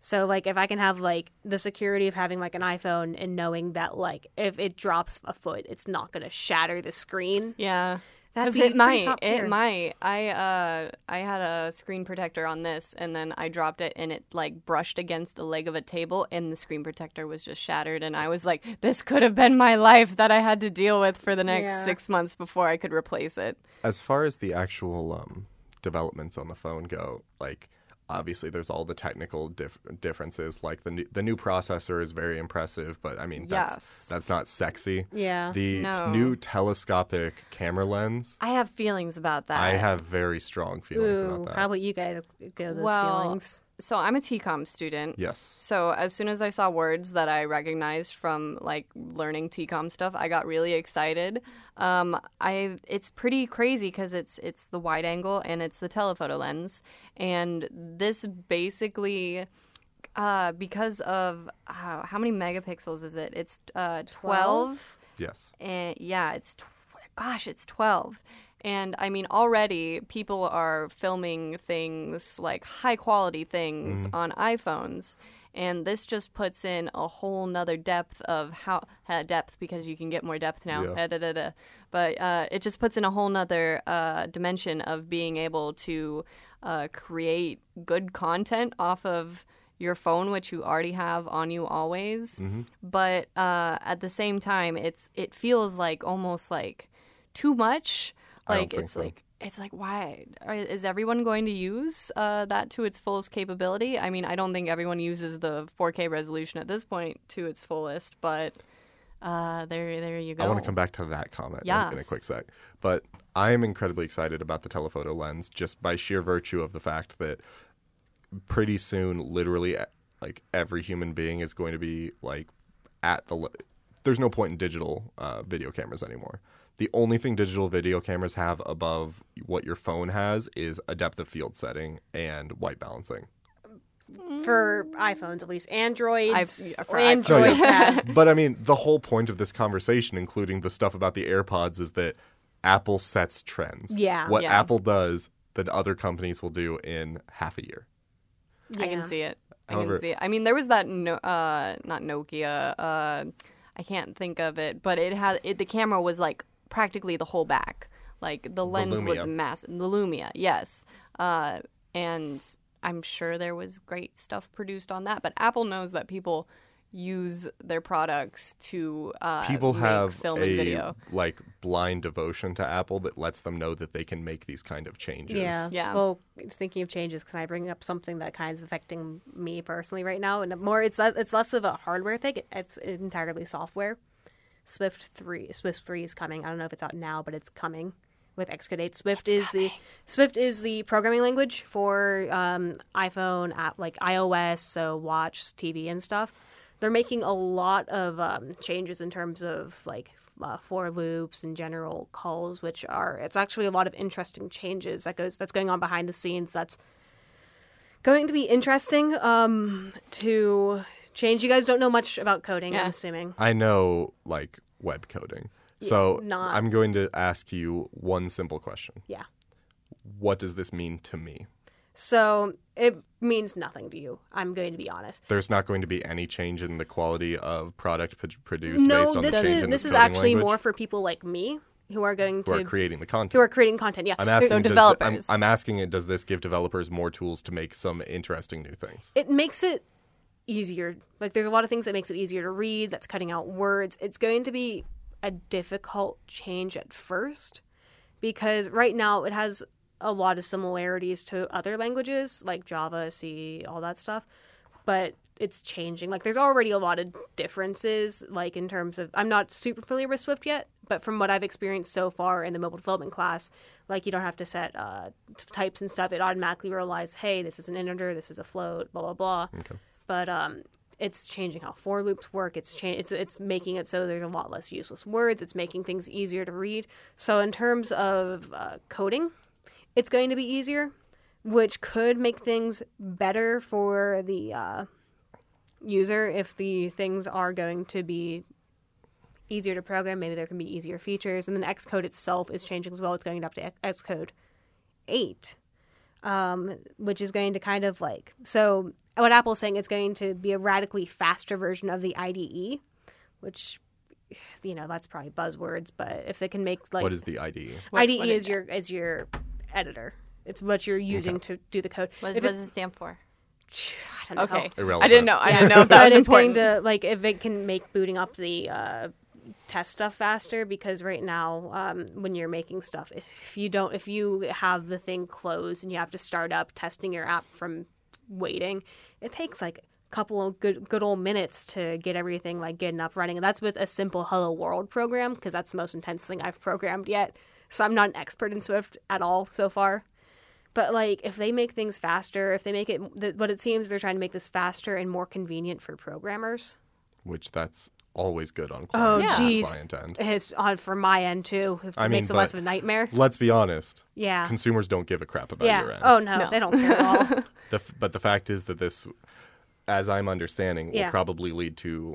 Speaker 4: So like, if I can have like the security of having like an iPhone and knowing that like if it drops a foot, it's not gonna shatter the screen.
Speaker 3: Yeah.
Speaker 4: That'd
Speaker 3: 'Cause it
Speaker 4: be pretty
Speaker 3: might.
Speaker 4: top tier.
Speaker 3: It might. I uh I had a screen protector on this and then I dropped it and it like brushed against the leg of a table and the screen protector was just shattered and I was like, This could have been my life that I had to deal with for the next
Speaker 4: Yeah.
Speaker 3: six months before I could replace it.
Speaker 5: As far as the actual um, developments on the phone go, like obviously there's all the technical dif- differences. Like the new, the new processor is very impressive, but I mean that's
Speaker 3: Yes.
Speaker 5: that's not sexy.
Speaker 4: Yeah.
Speaker 5: The t-
Speaker 3: No.
Speaker 5: new telescopic camera lens.
Speaker 3: I have feelings about that.
Speaker 5: I have very strong feelings
Speaker 4: Ooh,
Speaker 5: about that.
Speaker 4: how about you guys go those
Speaker 3: Well,
Speaker 4: feelings?
Speaker 3: So I'm a TCOM student.
Speaker 5: yes.
Speaker 3: So as soon as I saw words that I recognized from like learning TCOM stuff, I got really excited. Um, I it's pretty crazy because it's it's the wide angle and it's the telephoto lens, and this basically. Uh, because of uh, how many megapixels is it? It's uh, 12
Speaker 5: Yes.
Speaker 3: and yeah, it's tw- gosh, it's 12. And I mean, already people are filming things like high quality things on iPhones. And this just puts in a whole nother depth of how uh, depth because you can get more depth now.
Speaker 5: Yeah.
Speaker 3: Uh, da, da, da. But uh, it just puts in a whole nother uh, dimension of being able to uh, create good content off of your phone, which you already have on you always
Speaker 5: Mm-hmm.
Speaker 3: but uh, at the same time, it's it feels like almost like too much.
Speaker 5: I don't
Speaker 3: Like
Speaker 5: think
Speaker 3: it's
Speaker 5: so.
Speaker 3: like it's like why are- is everyone going to use uh, that to its fullest capability? I mean, I don't think everyone uses the 4K resolution at this point to its fullest, but uh, there there you go.
Speaker 5: I want to come back to that comment in, in a
Speaker 3: Yes.
Speaker 5: quick sec. But I am incredibly excited about the telephoto lens just by sheer virtue of the fact that pretty soon, literally, e- like every human being is going to be like at the. Le- There's no point in digital uh, video cameras anymore. The only thing digital video cameras have above what your phone has is a depth of field setting and white balancing.
Speaker 4: for iPhones at least. Androids,
Speaker 3: I've- yeah, for
Speaker 4: Androids
Speaker 5: iPhones.
Speaker 4: have
Speaker 5: but I mean, the whole point of this conversation, including the stuff about the AirPods, is that Apple sets trends.
Speaker 4: Yeah.
Speaker 5: What
Speaker 3: Yeah.
Speaker 5: Apple does that other companies will do in half a year.
Speaker 3: I
Speaker 4: Yeah.
Speaker 3: can see it. I
Speaker 5: However-
Speaker 3: can see it. I mean, there was that no, uh, not Nokia. Uh, I can't think of it, but it had it, the camera was like practically the whole back. Like the lens was
Speaker 5: Lumia.
Speaker 3: massive. The Lumia, yes. Uh, and I'm sure there was great stuff produced on that. But Apple knows that people use their products to uh,
Speaker 5: People
Speaker 3: make
Speaker 5: have
Speaker 3: film
Speaker 5: a
Speaker 3: and video.
Speaker 5: like blind devotion to Apple that lets them know that they can make these kind of changes.
Speaker 4: Yeah.
Speaker 3: Yeah.
Speaker 4: Well, speaking of changes, because I bring up something that kind of is affecting me personally right now, and more it's less, it's less of a hardware thing; it's entirely software. Swift three, Swift three is coming. I don't know if it's out now, but it's coming with Xcode. Swift is the Swift is the programming language for um, iPhone, app, like iOS, so watch, TV, and stuff. They're making a lot of um, changes in terms of like uh, for loops and general calls, which are it's actually a lot of interesting changes that goes that's going on behind the scenes. That's going to be interesting um, to change. You guys don't know much about coding,
Speaker 3: Yeah.
Speaker 4: I'm assuming.
Speaker 5: I know like web coding. So
Speaker 4: not-
Speaker 5: I'm going to ask you one simple question.
Speaker 4: Yeah.
Speaker 5: What does this mean to me?
Speaker 4: So it means nothing to you. I'm going to be honest.
Speaker 5: There's not going to be any change in the quality of product p- produced based
Speaker 4: no,
Speaker 5: on
Speaker 4: this
Speaker 5: the change
Speaker 4: is
Speaker 5: in
Speaker 4: this
Speaker 5: the
Speaker 4: is
Speaker 5: coding
Speaker 4: actually
Speaker 5: language
Speaker 4: more for people like me who are going
Speaker 5: who
Speaker 4: to
Speaker 5: are creating the content.
Speaker 4: who are creating content. Yeah,
Speaker 5: I'm
Speaker 4: They're-
Speaker 5: asking. does the- I'm,
Speaker 3: developers.
Speaker 5: I'm asking it. Does this give developers more tools to make some interesting new things?
Speaker 4: it makes it easier. Like there's a lot of things that makes it easier to read. That's cutting out words. It's going to be a difficult change at first because right now it has a lot of similarities to other languages like Java, C, all that stuff. But it's changing. Like there's already a lot of differences. Like in terms of, I'm not super familiar with Swift yet, but from what I've experienced so far in the mobile development class, like you don't have to set uh, t- types and stuff. It automatically realizes, hey, this is an integer, this is a float, blah blah blah. But um, it's changing how for loops work. It's cha- it's it's making it so there's a lot less useless words. It's making things easier to read. So in terms of uh, coding, it's going to be easier, which could make things better for the uh, user if the things are going to be easier to program. Maybe there can be easier features, and then Xcode itself is changing as well. It's going up to X- Xcode eight um, which is going to kind of like so what Apple's saying it's going to be a radically faster version of the IDE, which you know that's probably buzzwords, but if they can make like
Speaker 5: what is the E? IDE?
Speaker 4: IDE E is your is your editor. It's what you're using to do the code.
Speaker 3: What,
Speaker 4: If
Speaker 3: what
Speaker 4: it-
Speaker 3: does it stand for?
Speaker 4: I don't know.
Speaker 3: Okay. I
Speaker 5: Irrelevant.
Speaker 3: didn't know. I didn't know if that
Speaker 4: but
Speaker 3: was
Speaker 4: it's
Speaker 3: important.
Speaker 4: going to like if it can make booting up the uh, test stuff faster because right now um, when you're making stuff if, if you don't if you have the thing closed and you have to start up testing your app from waiting it takes like a couple of good good old minutes to get everything like getting up running and that's with a simple hello world program because that's the most intense thing i've programmed yet so i'm not an expert in swift at all so far but like, if they make things faster, if they make it, th- what it seems they're trying to make this faster and more convenient for programmers.
Speaker 5: Which that's always good on client,
Speaker 3: Oh,
Speaker 5: on
Speaker 4: jeez.
Speaker 5: client end.
Speaker 4: It's on for my end too. If it
Speaker 5: I mean,
Speaker 4: makes it less
Speaker 5: but-
Speaker 4: of a nightmare.
Speaker 5: Let's be honest.
Speaker 4: Yeah.
Speaker 5: Consumers don't give a crap about your
Speaker 4: yeah.
Speaker 5: end.
Speaker 4: Oh no,
Speaker 3: No.
Speaker 4: they don't care at all.
Speaker 5: The f- but the fact is that this, as I'm understanding,
Speaker 4: Yeah.
Speaker 5: will probably lead to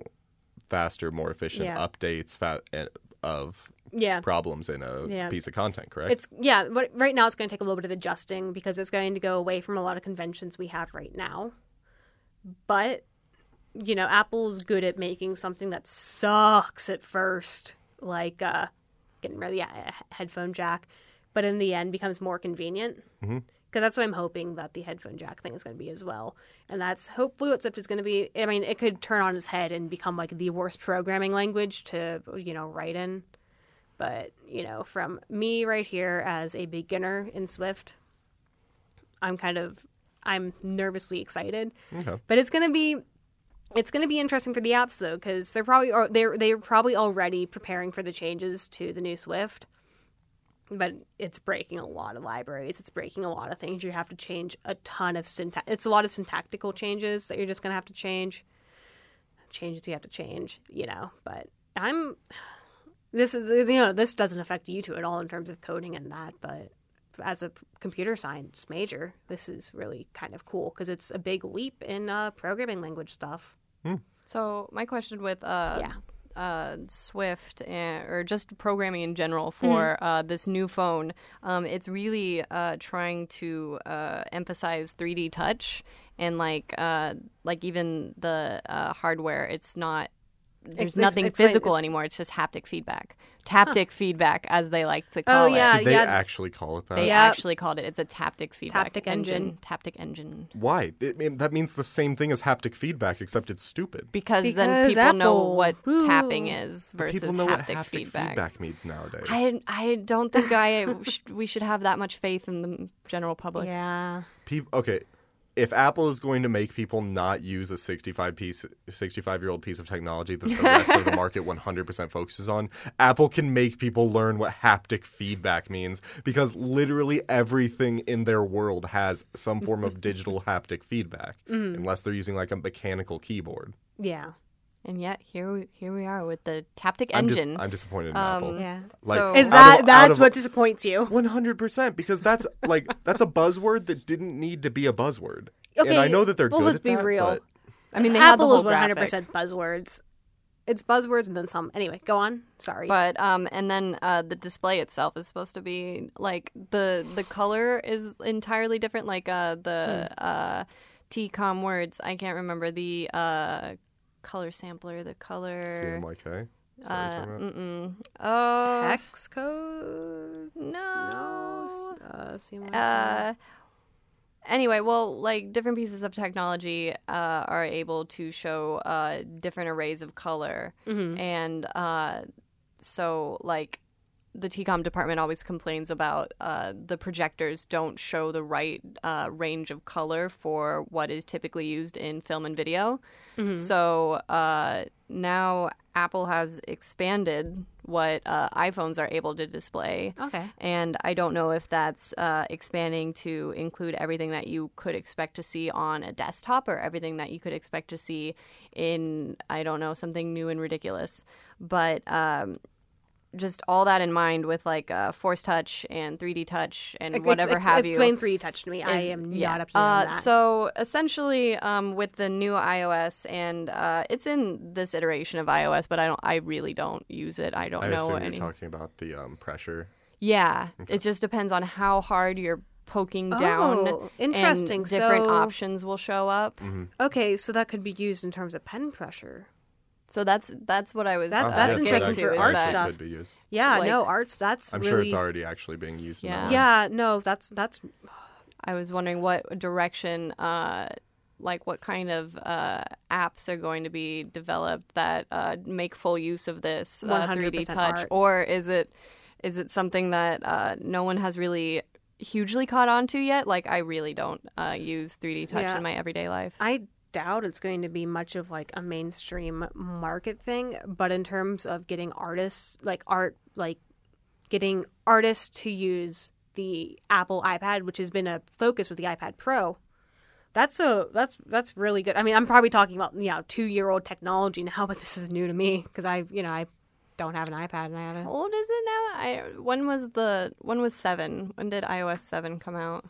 Speaker 5: faster, more efficient
Speaker 4: Yeah.
Speaker 5: updates fa- eh, of
Speaker 4: yeah.
Speaker 5: problems in a
Speaker 4: Yeah.
Speaker 5: piece of content. Correct.
Speaker 4: It's yeah. But right now, it's going to take a little bit of adjusting because it's going to go away from a lot of conventions we have right now. But you know, Apple's good at making something that sucks at first, like uh, getting rid of the uh, headphone jack, but in the end becomes more convenient. Because that's what I'm hoping that the headphone jack thing is going to be as well. And that's hopefully what Swift is going to be. I mean, it could turn on its head and become like the worst programming language to, you know, write in. But, you know, from me right here as a beginner in Swift, I'm kind of I'm nervously excited.
Speaker 5: Okay.
Speaker 4: But it's going to be it's going to be interesting for the apps though cuz they're probably or they're they're probably already preparing for the changes to the new Swift. But it's breaking a lot of libraries. It's breaking a lot of things. You have to change a ton of syntax. It's a lot of syntactical changes that you're just going to have to change. Changes you have to change, you know. But I'm this is you know this doesn't affect you two at all in terms of coding and that but as a computer science major this is really kind of cool because it's a big leap in uh, programming language stuff
Speaker 3: So my question with uh,
Speaker 4: Yeah.
Speaker 3: uh, Swift and, or just programming in general
Speaker 4: Mm-hmm.
Speaker 3: for uh, this new phone, um, it's really uh, trying to uh, emphasize 3D touch and like uh, like even the uh, hardware. It's not there's
Speaker 4: Ex-
Speaker 3: nothing
Speaker 4: explain-
Speaker 3: physical
Speaker 4: it's-
Speaker 3: anymore. It's just haptic feedback, taptic feedback as they like to
Speaker 4: Oh,
Speaker 3: call it.
Speaker 4: yeah.
Speaker 5: Did they
Speaker 4: yeah.
Speaker 5: actually call it that?
Speaker 3: Uh, They
Speaker 4: Yep.
Speaker 3: actually called it. It's a taptic feedback
Speaker 4: Taptic engine.
Speaker 3: Taptic engine.
Speaker 5: Why? It, it- that means the same thing as haptic feedback, except it's stupid.
Speaker 3: Because,
Speaker 4: Because
Speaker 3: then people know
Speaker 4: Apple.
Speaker 3: what
Speaker 4: Woo.
Speaker 3: tapping is versus
Speaker 5: People know
Speaker 3: haptic,
Speaker 5: what haptic feedback. means nowadays.
Speaker 3: I I don't think I sh- we should have that much faith in the general public.
Speaker 4: yeah
Speaker 5: Peop okay, if Apple is going to make people not use a 65 piece, 65 year old piece of technology that the rest of the market 100% focuses on, Apple can make people learn what haptic feedback means because literally everything in their world has some form of digital haptic feedback,
Speaker 3: Mm-hmm.
Speaker 5: unless they're using like a mechanical keyboard.
Speaker 4: yeah
Speaker 3: And yet here we here we are with the Taptic
Speaker 5: I'm just,
Speaker 3: engine.
Speaker 5: I'm disappointed in
Speaker 3: Um,
Speaker 5: Apple.
Speaker 4: yeah
Speaker 5: Like,
Speaker 3: so-
Speaker 4: is
Speaker 5: out
Speaker 4: that
Speaker 5: of- out
Speaker 4: that's
Speaker 5: of-
Speaker 4: what disappoints you
Speaker 5: One hundred percent, because that's like that's a buzzword that didn't need to be a buzzword.
Speaker 4: Okay,
Speaker 5: and I know that they're
Speaker 4: well,
Speaker 5: good
Speaker 4: let's
Speaker 5: at
Speaker 4: be
Speaker 5: that,
Speaker 4: real.
Speaker 5: but
Speaker 3: I mean, they had the
Speaker 4: apple
Speaker 3: whole
Speaker 4: is 100%
Speaker 3: graphic.
Speaker 4: buzzwords it's buzzwords and then some anyway go on sorry
Speaker 3: But um, and then uh, the display itself is supposed to be like the the color is entirely different. Like uh, the
Speaker 5: Hmm.
Speaker 3: uh, TCOM words, I can't remember the uh, color sampler, the color.
Speaker 5: CMYK. Is that what you're
Speaker 3: Uh,
Speaker 5: talking about?
Speaker 3: mm-mm. Oh
Speaker 4: hex code
Speaker 3: no.
Speaker 4: no uh, CMYK.
Speaker 3: uh, anyway, well, like different pieces of technology uh, are able to show uh, different arrays of color,
Speaker 4: Mhm.
Speaker 3: and uh, so like the TCOM department always complains about uh, the projectors don't show the right uh, range of color for what is typically used in film and video.
Speaker 4: mm-hmm. Hmm.
Speaker 3: So uh, now Apple has expanded what uh, iPhones are able to display.
Speaker 4: okay
Speaker 3: And I don't know if that's uh, expanding to include everything that you could expect to see on a desktop or everything that you could expect to see in, I don't know, something new and ridiculous. But um, just all that in mind with like uh, Force Touch and 3D Touch and
Speaker 4: Ex-
Speaker 3: whatever
Speaker 4: ex-
Speaker 3: have you.
Speaker 4: explain 3d touch to me i
Speaker 3: is-
Speaker 4: am
Speaker 3: yeah.
Speaker 4: not up to date on
Speaker 3: Uh,
Speaker 4: that
Speaker 3: So essentially, um, with the new iOS, and uh, it's in this iteration of iOS, but I don't, I really don't use it. I don't
Speaker 5: I
Speaker 3: know
Speaker 5: assume
Speaker 3: any.
Speaker 5: you're talking about the um, pressure.
Speaker 3: Yeah, it just depends on how hard you're poking down.
Speaker 4: Oh,
Speaker 3: and
Speaker 4: interesting.
Speaker 3: different
Speaker 4: So-
Speaker 3: options will show up.
Speaker 5: Mm-hmm.
Speaker 4: Okay, so that could be used in terms of pen pressure.
Speaker 3: So that's that's what I was.
Speaker 4: That-
Speaker 3: uh,
Speaker 4: that's
Speaker 3: getting
Speaker 4: interesting
Speaker 3: to,
Speaker 4: for
Speaker 3: is
Speaker 4: art
Speaker 3: that-
Speaker 4: stuff.
Speaker 5: Could be used.
Speaker 4: Yeah,
Speaker 3: Like-
Speaker 4: no, arts. That's
Speaker 5: I'm
Speaker 4: really.
Speaker 5: sure it's already actually being used.
Speaker 3: Yeah.
Speaker 5: Now.
Speaker 4: Yeah, no, that's that's.
Speaker 3: I was wondering what direction, uh, like what kind of uh, apps are going to be developed that uh, make full use of this uh, 3D
Speaker 4: 100%
Speaker 3: touch,
Speaker 4: art.
Speaker 3: or is it is it something that uh, no one has really hugely caught on to yet? Like I really don't uh, use 3D touch
Speaker 4: Yeah.
Speaker 3: in my everyday life.
Speaker 4: I doubt it's going to be much of like a mainstream market thing, but in terms of getting artists like art, like getting artists to use the Apple iPad, which has been a focus with the iPad Pro. That's a that's that's really good. I mean, I'm probably talking about you know two year old technology now, but this is new to me because I you know I don't have an iPad and I haven't.
Speaker 3: How old is it now? I when was the when was seven? When did iOS seven come out?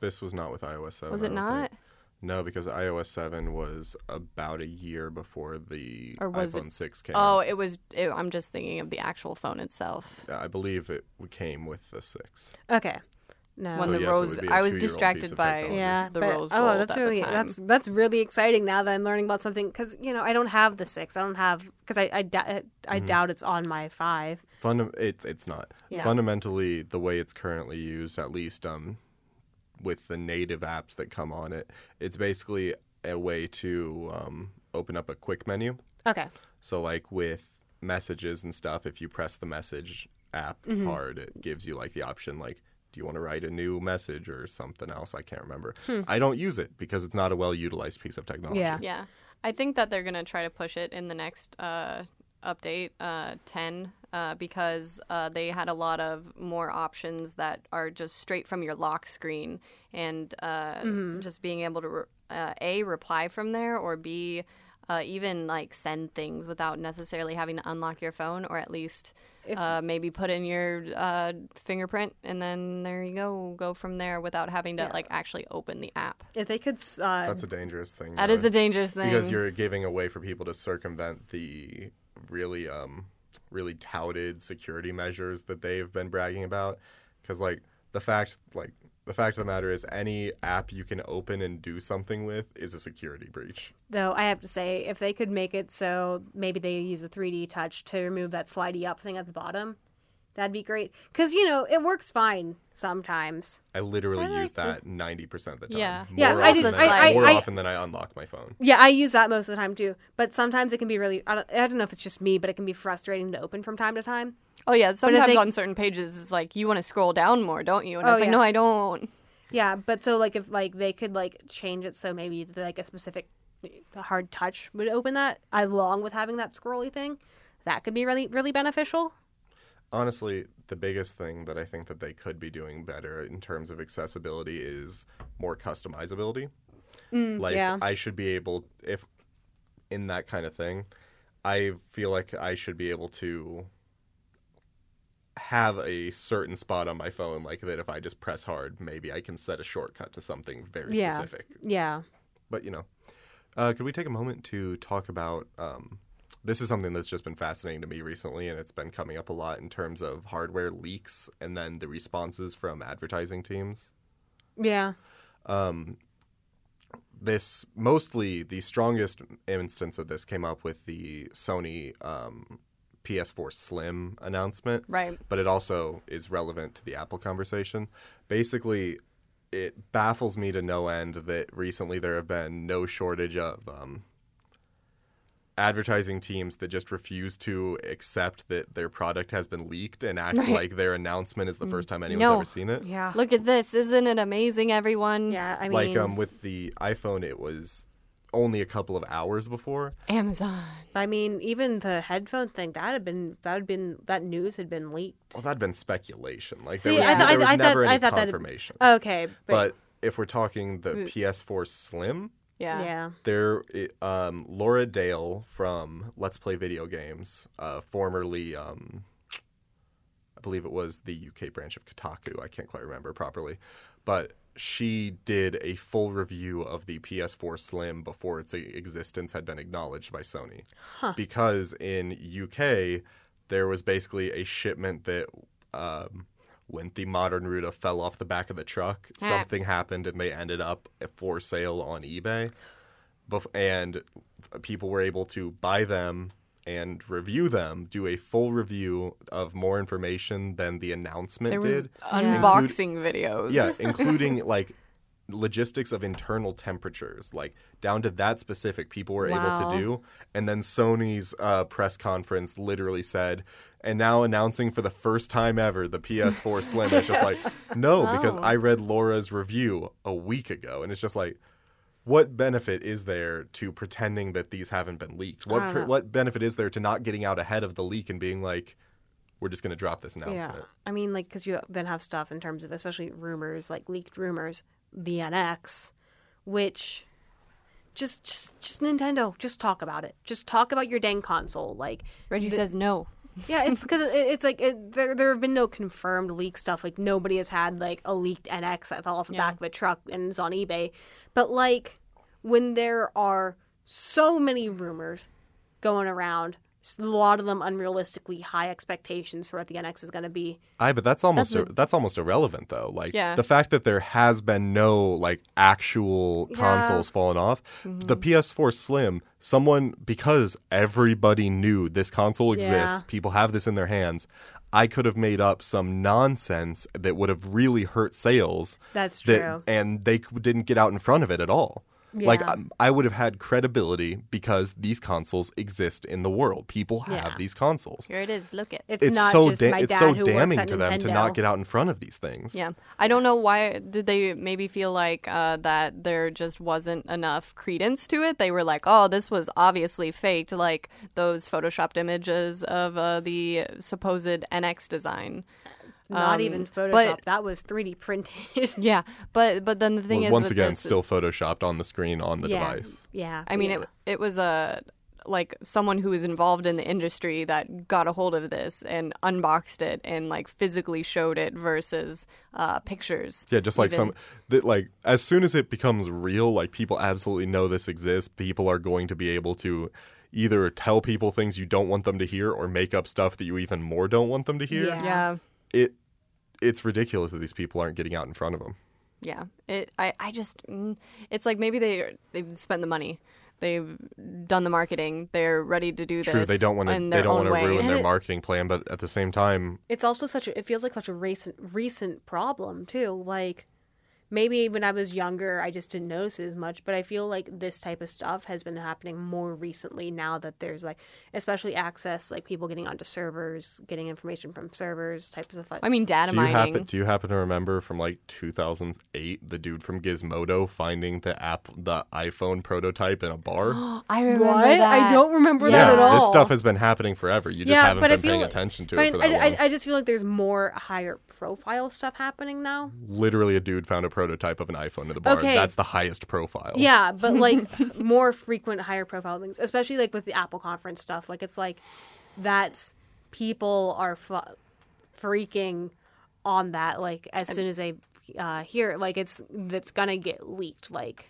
Speaker 5: This was not with iOS 7.
Speaker 3: Was
Speaker 5: I
Speaker 3: it
Speaker 5: don't
Speaker 3: not?
Speaker 5: think. No, because iOS 7 was about a year before the
Speaker 3: Or was it-
Speaker 5: iPhone 6 came.
Speaker 3: Oh,
Speaker 5: out.
Speaker 3: it was. It, I'm just thinking of the actual phone itself.
Speaker 5: Yeah, I believe it came with the 6.
Speaker 4: Okay, no.
Speaker 3: When
Speaker 5: So
Speaker 3: the
Speaker 5: yes, it
Speaker 3: rose,
Speaker 5: would be a
Speaker 3: I was
Speaker 5: two-year-old piece
Speaker 3: distracted
Speaker 5: of
Speaker 3: by
Speaker 5: technology.
Speaker 4: yeah,
Speaker 3: the
Speaker 4: but-
Speaker 3: rose gold.
Speaker 4: oh, that's
Speaker 3: at
Speaker 4: really
Speaker 3: the time.
Speaker 4: that's that's really exciting now that I'm learning about something because you know I don't have the six, I don't have because I I, dou-
Speaker 5: Mm-hmm.
Speaker 4: I doubt it's on my five.
Speaker 5: Funda- it's it's not
Speaker 4: Yeah.
Speaker 5: fundamentally the way it's currently used at least um with the native apps that come on it it's basically a way to um, open up a quick menu
Speaker 4: Okay,
Speaker 5: so like with messages and stuff, if you press the message app
Speaker 3: Mm-hmm.
Speaker 5: hard, it gives you like the option like, do you want to write a new message or something else? I can't remember. I don't use it because it's not a well utilized piece of technology.
Speaker 4: Yeah.
Speaker 3: Hmm. Yeah, I think that they're gonna try to push it in the next uh, update uh, ten uh, because uh, they had a lot of more options that are just straight from your lock screen and uh, just being able to re- uh, a reply from there or b uh, even like send things without necessarily having to unlock your phone or at least.
Speaker 6: If-
Speaker 3: uh, maybe put in your uh, fingerprint and then there you go go from there without having to like actually open the app
Speaker 4: If they could, s- uh,
Speaker 5: That's a dangerous thing.
Speaker 3: That is
Speaker 5: though.
Speaker 3: a dangerous thing
Speaker 5: because you're giving a way for people to circumvent the really um really touted security measures that they've been bragging about because like the fact like the fact of the matter is any app you can open and do something with is a security breach
Speaker 4: though, I have to say, if they could make it so maybe they use a 3D touch to remove that slidey up thing at the bottom, that'd be great. Because you know it works fine sometimes.
Speaker 5: i literally use that 90% of the time
Speaker 3: Yeah.
Speaker 5: more
Speaker 4: Yeah, I
Speaker 5: often
Speaker 4: did-
Speaker 5: than
Speaker 3: I- I-
Speaker 5: more
Speaker 4: I-
Speaker 5: often than i unlock my phone
Speaker 4: Yeah, I use that most of the time too. But sometimes it can be really. I don't, I don't know if it's just me, but it can be frustrating to open from time to time.
Speaker 3: oh yeah sometimes
Speaker 4: they-
Speaker 3: on certain pages it's like you want to scroll down more don't you and i
Speaker 4: Oh,
Speaker 3: was like
Speaker 4: yeah.
Speaker 3: no i don't
Speaker 4: Yeah, but so like if like they could like change it so maybe like a specific the hard touch would open that along with having that scrolly thing, that could be really really beneficial.
Speaker 5: honestly the biggest thing that i think that they could be doing better in terms of accessibility is more customizability like
Speaker 4: Mm, yeah.
Speaker 5: i should be able if in that kind of thing i feel like i should be able to have a certain spot on my phone like that if i just press hard maybe i can set a shortcut to something very
Speaker 4: Yeah.
Speaker 5: specific
Speaker 4: Yeah.
Speaker 5: but you know uh, could we take a moment to talk about um, this is something that's just been fascinating to me recently and it's been coming up a lot in terms of hardware leaks and then the responses from advertising teams
Speaker 4: Yeah.
Speaker 5: Um, this mostly the strongest instance of this came up with the sony um, ps4 slim announcement
Speaker 3: right
Speaker 5: but it also is relevant to the Apple conversation. Basically, it baffles me to no end that recently there have been no shortage of um, advertising teams that just refuse to accept that their product has been leaked and act
Speaker 3: Right. Mm.
Speaker 5: like their announcement is the first time anyone's
Speaker 3: No.
Speaker 5: ever seen it.
Speaker 4: Yeah.
Speaker 3: look at this isn't it amazing everyone
Speaker 4: Yeah, I mean
Speaker 5: like um, with the iPhone, it was only a couple of hours before.
Speaker 3: amazon
Speaker 4: I mean even the headphone thing that had been that had been that news had been leaked.
Speaker 5: Well, that'd been speculation. Like
Speaker 4: See,
Speaker 5: there was,
Speaker 4: I thought- I
Speaker 5: there was
Speaker 4: thought- I
Speaker 5: never
Speaker 4: thought-
Speaker 5: any
Speaker 4: I thought that- Oh,
Speaker 5: confirmation.
Speaker 4: Okay,
Speaker 5: Oh.
Speaker 4: but,
Speaker 5: but if we're talking the
Speaker 3: Mm.
Speaker 5: PS4 Slim,
Speaker 3: yeah
Speaker 4: yeah.
Speaker 5: there i- um, laura dale from let's play video games uh, formerly um, i believe it was the uk branch of kotaku i can't quite remember properly but she did a full review of the ps4 slim before its e-, existence had been acknowledged by sony because in uk there was basically a shipment that um, went the modern route of fell off the back of the truck
Speaker 3: Ah.
Speaker 5: something happened and they ended up for sale on ebay bef- and people were able to buy them and review them, do a full review of more information than the announcement
Speaker 3: there was
Speaker 5: did.
Speaker 3: unboxing videos
Speaker 5: Yeah, including like logistics of internal temperatures, like down to that specific people were able
Speaker 4: Wow.
Speaker 5: to do. And then Sony's uh, press conference literally said, and now announcing for the first time ever the PS4 Slim. It's just like, no, because
Speaker 3: Oh.
Speaker 5: I read Laura's review a week ago. And it's just like, what benefit is there to pretending that these haven't been leaked? What
Speaker 4: don't
Speaker 5: pr-
Speaker 4: know.
Speaker 5: what benefit is there to not getting out ahead of the leak and being like, we're just going to drop this
Speaker 4: Yeah.
Speaker 5: announcement?
Speaker 4: I mean like cuz you then have stuff in terms of especially rumors, like leaked rumors, the NX, which just, just just Nintendo, just talk about it. Just talk about your dang console like
Speaker 3: reggie says no
Speaker 4: Yeah, it's because it, it's like it, there there have been no confirmed leak stuff. Like nobody has had like a leaked NX that fell off the back of a truck and is on eBay. But like when there are so many rumors going around, s- a lot of them unrealistically high expectations for what the NX is going to be.
Speaker 5: Aye, but that's almost ir- that's almost irrelevant though. Like
Speaker 3: Yeah.
Speaker 5: the fact that there has been no like actual consoles falling off. The
Speaker 4: Mm-hmm.
Speaker 5: PS4 Slim, someone because everybody knew this console exists,
Speaker 4: Yeah.
Speaker 5: people have this in their hands. I could have made up some nonsense that would have really hurt sales.
Speaker 4: That's
Speaker 5: that-
Speaker 4: true.
Speaker 5: and they c- didn't get out in front of it at all. Like
Speaker 4: Yeah.
Speaker 5: i I would have had credibility because these consoles exist in the world. People have
Speaker 4: Yeah.
Speaker 5: these consoles.
Speaker 3: Here it is. Look it.
Speaker 4: It's,
Speaker 5: It's
Speaker 4: not
Speaker 5: so
Speaker 4: just
Speaker 5: da-
Speaker 4: my
Speaker 5: it's
Speaker 4: dad
Speaker 5: so
Speaker 4: who
Speaker 5: damning
Speaker 4: works
Speaker 5: to
Speaker 4: at
Speaker 5: them
Speaker 4: Nintendo.
Speaker 5: to not get out in front of these things.
Speaker 3: Yeah, I don't know why did they maybe feel like uh, that there just wasn't enough credence to it. They were like, "Oh, this was obviously faked," like those photoshopped images of uh, the supposed NX design.
Speaker 4: Not
Speaker 3: Um,
Speaker 4: even
Speaker 3: but-
Speaker 4: Photoshop. that was 3D printed.
Speaker 3: Yeah, but but then the thing
Speaker 5: Well,
Speaker 3: is,
Speaker 5: once
Speaker 3: with
Speaker 5: again,
Speaker 3: this
Speaker 5: still
Speaker 3: is-
Speaker 5: photoshopped on the screen on the
Speaker 4: yeah.
Speaker 5: device.
Speaker 4: Yeah.
Speaker 3: I mean,
Speaker 4: yeah.
Speaker 3: it it was a like someone who was involved in the industry that got a hold of this and unboxed it and like physically showed it versus uh, pictures.
Speaker 5: Yeah, just like
Speaker 3: even.
Speaker 5: some that like as soon as it becomes real, like people absolutely know this exists. People are going to be able to either tell people things you don't want them to hear or make up stuff that you even more don't want them to hear.
Speaker 4: Yeah.
Speaker 3: yeah.
Speaker 5: It it's ridiculous that these people aren't getting out in front of them.
Speaker 3: Yeah, it. I. I just. Mm, it's like maybe they they've spent the money, they've done the marketing, they're ready to do this.
Speaker 5: True, they don't want to
Speaker 3: in
Speaker 5: they
Speaker 3: their
Speaker 5: don't
Speaker 3: own
Speaker 5: want to
Speaker 3: way.
Speaker 5: ruin
Speaker 4: And
Speaker 5: their
Speaker 4: it-
Speaker 5: marketing plan, but at the same time,
Speaker 4: it's also such a it feels like such a recent recent problem too like maybe when i was younger i just didn't notice it as much but i feel like this type of stuff has been happening more recently now that there's like especially access like people getting onto servers getting information from servers types of like
Speaker 3: I mean, data
Speaker 5: do you
Speaker 3: mining.
Speaker 5: happen do you happen to remember from like 2008 the dude from Gizmodo finding the app the iPhone prototype in a bar?
Speaker 3: I remember
Speaker 4: what
Speaker 3: that.
Speaker 4: i don't remember that at
Speaker 5: yeah,
Speaker 4: all
Speaker 5: this stuff has been happening forever. You just
Speaker 4: Yeah,
Speaker 5: haven't
Speaker 4: but I
Speaker 5: been paying
Speaker 4: feel-
Speaker 5: attention to it
Speaker 4: but
Speaker 5: for that
Speaker 4: I,
Speaker 5: long.
Speaker 4: I, I just feel like there's more higher profile stuff happening now
Speaker 5: literally a dude found a prototype of an iPhone in the bar.
Speaker 4: Okay.
Speaker 5: That's the highest profile.
Speaker 4: Yeah, but like more frequent, higher profile things, especially like with the Apple conference stuff. Like it's like that's people are fu- freaking on that. Like as soon as they uh, hear it, like it's that's gonna get leaked. Like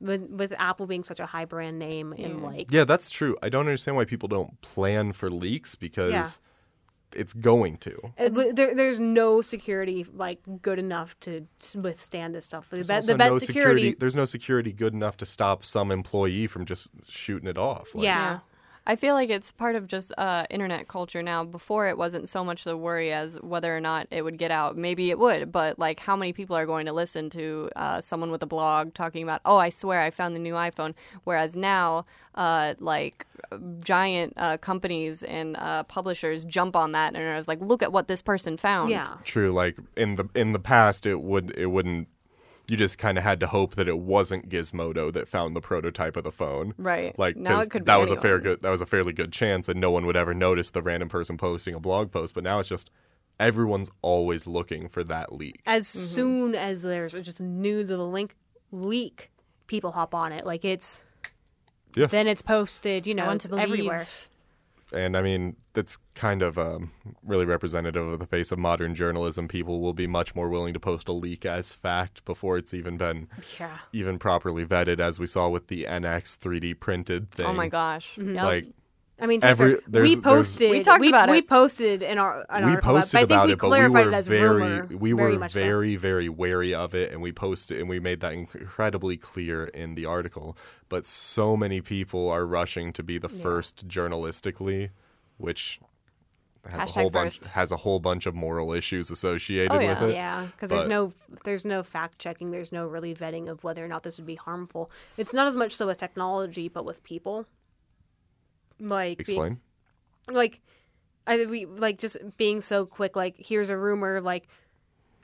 Speaker 4: with with Apple being such a high brand name and like
Speaker 5: Yeah, that's true. I don't understand why people don't plan for leaks because
Speaker 4: Yeah.
Speaker 5: it's going to.
Speaker 4: it- there, there's no security like good enough to withstand this stuff. The, be-
Speaker 5: There's
Speaker 4: the
Speaker 5: also
Speaker 4: best
Speaker 5: no
Speaker 4: security,
Speaker 5: There's no security good enough to stop some employee from just shooting it off. Like,
Speaker 4: yeah.
Speaker 3: I feel like it's part of just uh, internet culture now. Before it wasn't so much the worry as whether or not it would get out. Maybe it would, but like how many people are going to listen to uh, someone with a blog talking about, oh, I swear I found the new iPhone. Whereas now, uh, like giant uh, companies and uh, publishers jump on that and are just like, look at what this person found.
Speaker 4: yeah.
Speaker 5: True. Like in the in the past, it would it wouldn't. You just kind of had to hope that it wasn't Gizmodo that found the prototype of the phone.
Speaker 3: Right.
Speaker 5: Like
Speaker 3: now
Speaker 5: 'cause
Speaker 3: it could be
Speaker 5: that was a
Speaker 3: anyone.
Speaker 5: fair good that was a fairly good chance and no one would ever notice the random person posting a blog post, but now it's just everyone's always looking for that leak.
Speaker 4: as soon as there's just news of a link leak, people hop on it. Like it's
Speaker 5: Yeah.
Speaker 4: then it's posted. You
Speaker 3: I
Speaker 4: know,
Speaker 3: want
Speaker 4: it's
Speaker 3: to believe.
Speaker 4: everywhere.
Speaker 5: And I mean, that's kind of um, really representative of the face of modern journalism. People will be much more willing to post a leak as fact before it's even been
Speaker 4: Yeah,
Speaker 5: even properly vetted as we saw with the NX 3D printed thing.
Speaker 3: Oh my gosh.
Speaker 4: Mm-hmm.
Speaker 3: Yep.
Speaker 5: Like
Speaker 4: I mean,
Speaker 5: Every-
Speaker 4: Tucker,
Speaker 5: there's-
Speaker 4: we
Speaker 5: there's-
Speaker 4: posted.
Speaker 3: We talked about
Speaker 4: We
Speaker 3: it.
Speaker 4: posted in our. An
Speaker 5: we
Speaker 4: article about it,
Speaker 5: posted
Speaker 4: but I
Speaker 5: about
Speaker 4: think
Speaker 5: it, but
Speaker 4: we
Speaker 5: we
Speaker 4: clarified
Speaker 5: were
Speaker 4: it as
Speaker 5: very
Speaker 4: rumor,
Speaker 5: we
Speaker 4: very
Speaker 5: were
Speaker 4: much so.
Speaker 5: very very wary of it, and we posted and we made that incredibly clear in the article. But so many people are rushing to be the first journalistically, which has
Speaker 3: Hashtag
Speaker 5: a whole bunch
Speaker 3: first.
Speaker 5: has a whole bunch of moral issues associated
Speaker 3: Oh, yeah.
Speaker 5: with it.
Speaker 4: Yeah, because there's
Speaker 5: But-
Speaker 4: no there's no fact checking. There's no really vetting of whether or not this would be harmful. It's not as much so with technology, but with people. Like being-
Speaker 5: Explain.
Speaker 4: like I we like just being so quick like here's a rumor like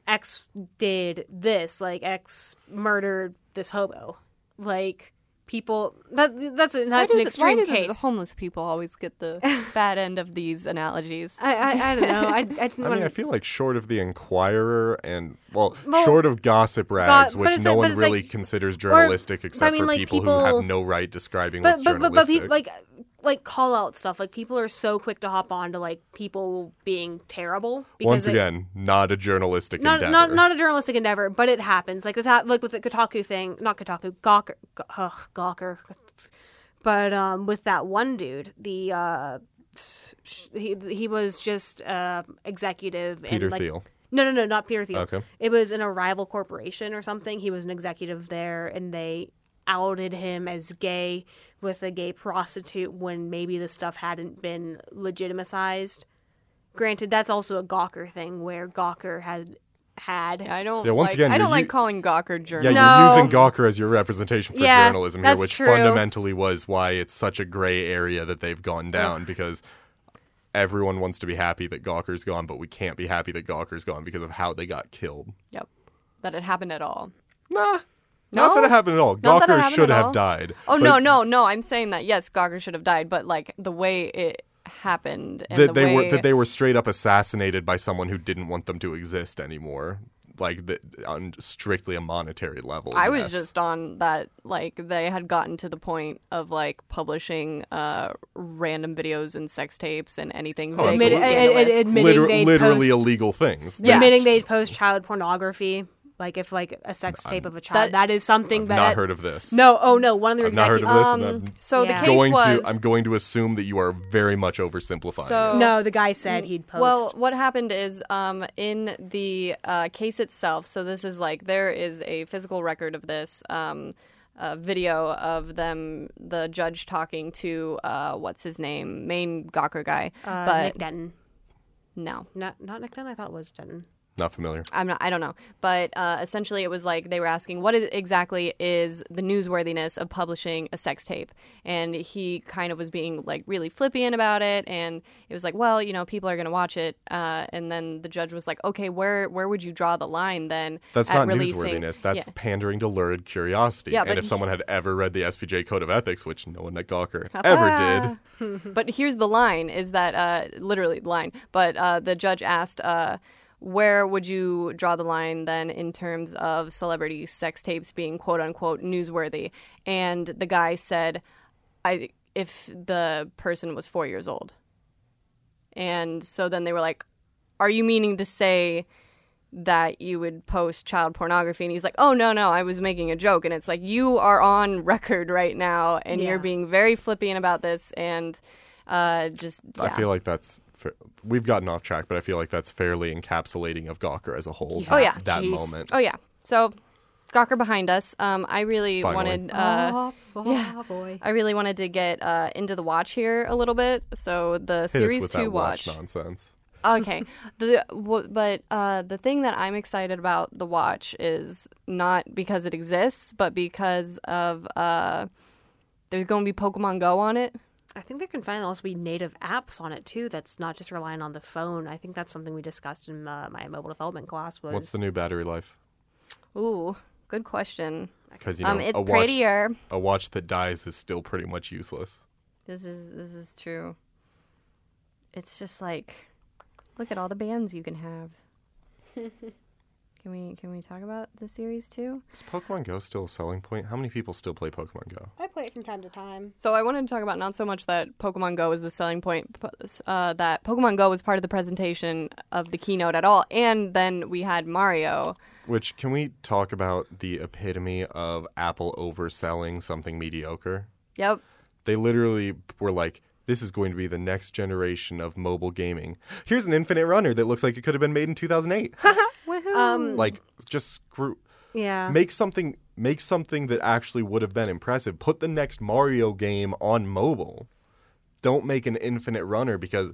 Speaker 4: X did this like X murdered this hobo like people that that's a- that's
Speaker 3: why do
Speaker 4: an
Speaker 3: the-
Speaker 4: extreme
Speaker 3: why do the
Speaker 4: case.
Speaker 3: homeless people always get the bad end of these analogies?
Speaker 4: I, I I don't know I I didn't
Speaker 5: I
Speaker 4: want
Speaker 5: mean, I
Speaker 4: to.
Speaker 5: feel like short of the Inquirer and well,
Speaker 4: Well,
Speaker 5: short of gossip rags,
Speaker 4: but
Speaker 5: which
Speaker 4: it's
Speaker 5: no
Speaker 4: like-
Speaker 5: one
Speaker 4: but it's
Speaker 5: really
Speaker 4: like-
Speaker 5: considers journalistic, except
Speaker 4: I mean,
Speaker 5: for
Speaker 4: like,
Speaker 5: people, who
Speaker 4: people-
Speaker 5: have no right describing
Speaker 4: But
Speaker 5: what's
Speaker 4: but but, but
Speaker 5: journalistic.
Speaker 4: people, like like call out stuff like people are so quick to hop on to like people being terrible because
Speaker 5: Once
Speaker 4: like,
Speaker 5: again, not a journalistic
Speaker 4: not,
Speaker 5: endeavor.
Speaker 4: Not not a journalistic endeavor, but it happens. Like with that, like with the Kotaku thing, not Kotaku, Gawker, G- ugh, Gawker. But um, with that one dude, the uh, sh- he he was just uh, executive.
Speaker 5: Peter
Speaker 4: and, like,
Speaker 5: Thiel.
Speaker 4: No, no, no, not Peter Thiel.
Speaker 5: Okay.
Speaker 4: It was in a rival corporation or something. He was an executive there, and they outed him as gay with a gay prostitute when maybe the stuff hadn't been legitimized. Granted, that's also a Gawker thing where Gawker had had.
Speaker 3: I don't.
Speaker 5: Yeah, once
Speaker 3: like,
Speaker 5: again,
Speaker 3: I
Speaker 5: you're
Speaker 3: don't like
Speaker 5: u-
Speaker 3: calling Gawker German.
Speaker 5: Yeah,
Speaker 4: No.
Speaker 5: you're using Gawker as your representation for
Speaker 4: Yeah,
Speaker 5: journalism here,
Speaker 4: that's
Speaker 5: which
Speaker 4: true.
Speaker 5: fundamentally was why it's such a gray area that they've gone down because everyone wants to be happy that Gawker's gone, but we can't be happy that Gawker's gone because of how they got killed.
Speaker 3: Yep. That it happened at all.
Speaker 5: Nah.
Speaker 3: No?
Speaker 5: Not that it happened at all.
Speaker 3: Not that it
Speaker 5: Gawker
Speaker 3: happened
Speaker 5: should
Speaker 3: at
Speaker 5: have
Speaker 3: all.
Speaker 5: died.
Speaker 3: Oh
Speaker 5: but
Speaker 3: no, no, no! I'm saying that yes, Gawker should have died, but like the way it happened and the
Speaker 5: That they
Speaker 3: way
Speaker 5: were that they were straight up assassinated by someone who didn't want them to exist anymore. Like that on strictly a monetary level.
Speaker 3: I was
Speaker 5: yes.
Speaker 3: just on that like they had gotten to the point of like publishing uh random videos and sex tapes and anything
Speaker 5: Oh,
Speaker 3: vague
Speaker 5: absolutely.
Speaker 3: and
Speaker 4: Admit-
Speaker 3: scandalous.
Speaker 4: ad- ad- admitting
Speaker 5: Liter-
Speaker 4: they'd
Speaker 5: literally
Speaker 4: post,
Speaker 5: illegal things.
Speaker 3: Yeah.
Speaker 4: admitting
Speaker 3: Admitting
Speaker 4: they'd post child pornography, like if like a sex tape of a child.
Speaker 3: That-
Speaker 4: that is something
Speaker 5: I've
Speaker 4: that
Speaker 5: not heard of this.
Speaker 4: no, oh no, one of their
Speaker 5: I've not heard
Speaker 4: executives.
Speaker 5: of this. and
Speaker 3: um,
Speaker 5: I'm
Speaker 3: so
Speaker 4: Yeah.
Speaker 3: the case
Speaker 5: going
Speaker 3: was
Speaker 5: to I'm going to assume that you are very much oversimplifying.
Speaker 3: So-
Speaker 5: it.
Speaker 4: No, the guy said he'd post.
Speaker 3: Well, what happened is um, in the uh, case itself, so this is like there is a physical record of this um, uh, video of them, the judge talking to uh, what's his name, main Gawker guy.
Speaker 4: uh,
Speaker 3: but
Speaker 4: Nick Denton.
Speaker 3: no,
Speaker 4: Not not Nick Denton. I thought it was Denton.
Speaker 5: Not familiar.
Speaker 3: I'm not. I don't know. But uh, essentially, it was like they were asking, what is, exactly is the newsworthiness of publishing a sex tape? And he kind of was being like really flippant about it, and it was like, well, you know, people are going to watch it. Uh, and then the judge was like, okay, where where would you draw the line then?
Speaker 5: That's
Speaker 3: at
Speaker 5: not
Speaker 3: releasing-
Speaker 5: newsworthiness. That's
Speaker 3: Yeah.
Speaker 5: pandering to lurid curiosity.
Speaker 3: Yeah,
Speaker 5: and
Speaker 3: but
Speaker 5: if
Speaker 3: he-
Speaker 5: someone had ever read the SPJ Code of Ethics, which no one at Gawker ever did,
Speaker 3: did. but here's the line: is that uh, literally the line? But uh, the judge asked, uh, where would you draw the line then in terms of celebrity sex tapes being quote unquote newsworthy? And the guy said, I if the person was four years old. And so then they were like, are you meaning to say? that you would post child pornography and he's like oh no no i was making a joke and it's like you are on record right now and you're being very flippant about this and uh just yeah.
Speaker 5: I feel like that's. Fa- we've gotten off track, but I feel like that's fairly encapsulating of Gawker as a whole.
Speaker 3: Oh,
Speaker 5: that-
Speaker 3: yeah.
Speaker 5: that
Speaker 4: Jeez.
Speaker 5: moment.
Speaker 3: oh yeah so gawker behind us um i really
Speaker 5: Finally.
Speaker 3: wanted uh
Speaker 4: oh,
Speaker 3: yeah.
Speaker 4: boy.
Speaker 3: i really wanted to get uh into the watch here a little bit so the
Speaker 5: Hit us
Speaker 3: series
Speaker 5: with
Speaker 3: two
Speaker 5: that watch
Speaker 3: watch
Speaker 5: nonsense.
Speaker 3: okay the w- but uh the thing that i'm excited about the watch is not because it exists but because of uh there's going to be pokemon go on it
Speaker 4: I think there can finally also be native apps on it too. That's not just relying on the phone. I think that's something we discussed in uh, my mobile development class. Was
Speaker 5: What's the new battery life?
Speaker 3: ooh good question
Speaker 5: Because you know,
Speaker 3: um it's
Speaker 5: a watch
Speaker 3: prettier
Speaker 5: a watch that dies is still pretty much useless.
Speaker 3: this is this is true it's just like look at all the bands you can have can we can we talk about the series too
Speaker 5: Is Pokemon Go still a selling point? How many people still play Pokemon Go?
Speaker 4: I play it from time to time.
Speaker 3: So I wanted to talk about not so much that Pokemon Go was the selling point, p- uh, that Pokemon Go was part of the presentation of the keynote at all, and then we had Mario.
Speaker 5: Which can we talk about the epitome of Apple overselling something mediocre?
Speaker 3: Yep.
Speaker 5: They literally were like, this is going to be the next generation of mobile gaming. Here's an infinite runner that looks like it could have been made in 2008.
Speaker 3: Woohoo!
Speaker 5: like just screw
Speaker 4: Yeah.
Speaker 5: make something make something that actually would have been impressive. Put the next Mario game on mobile. Don't make an infinite runner because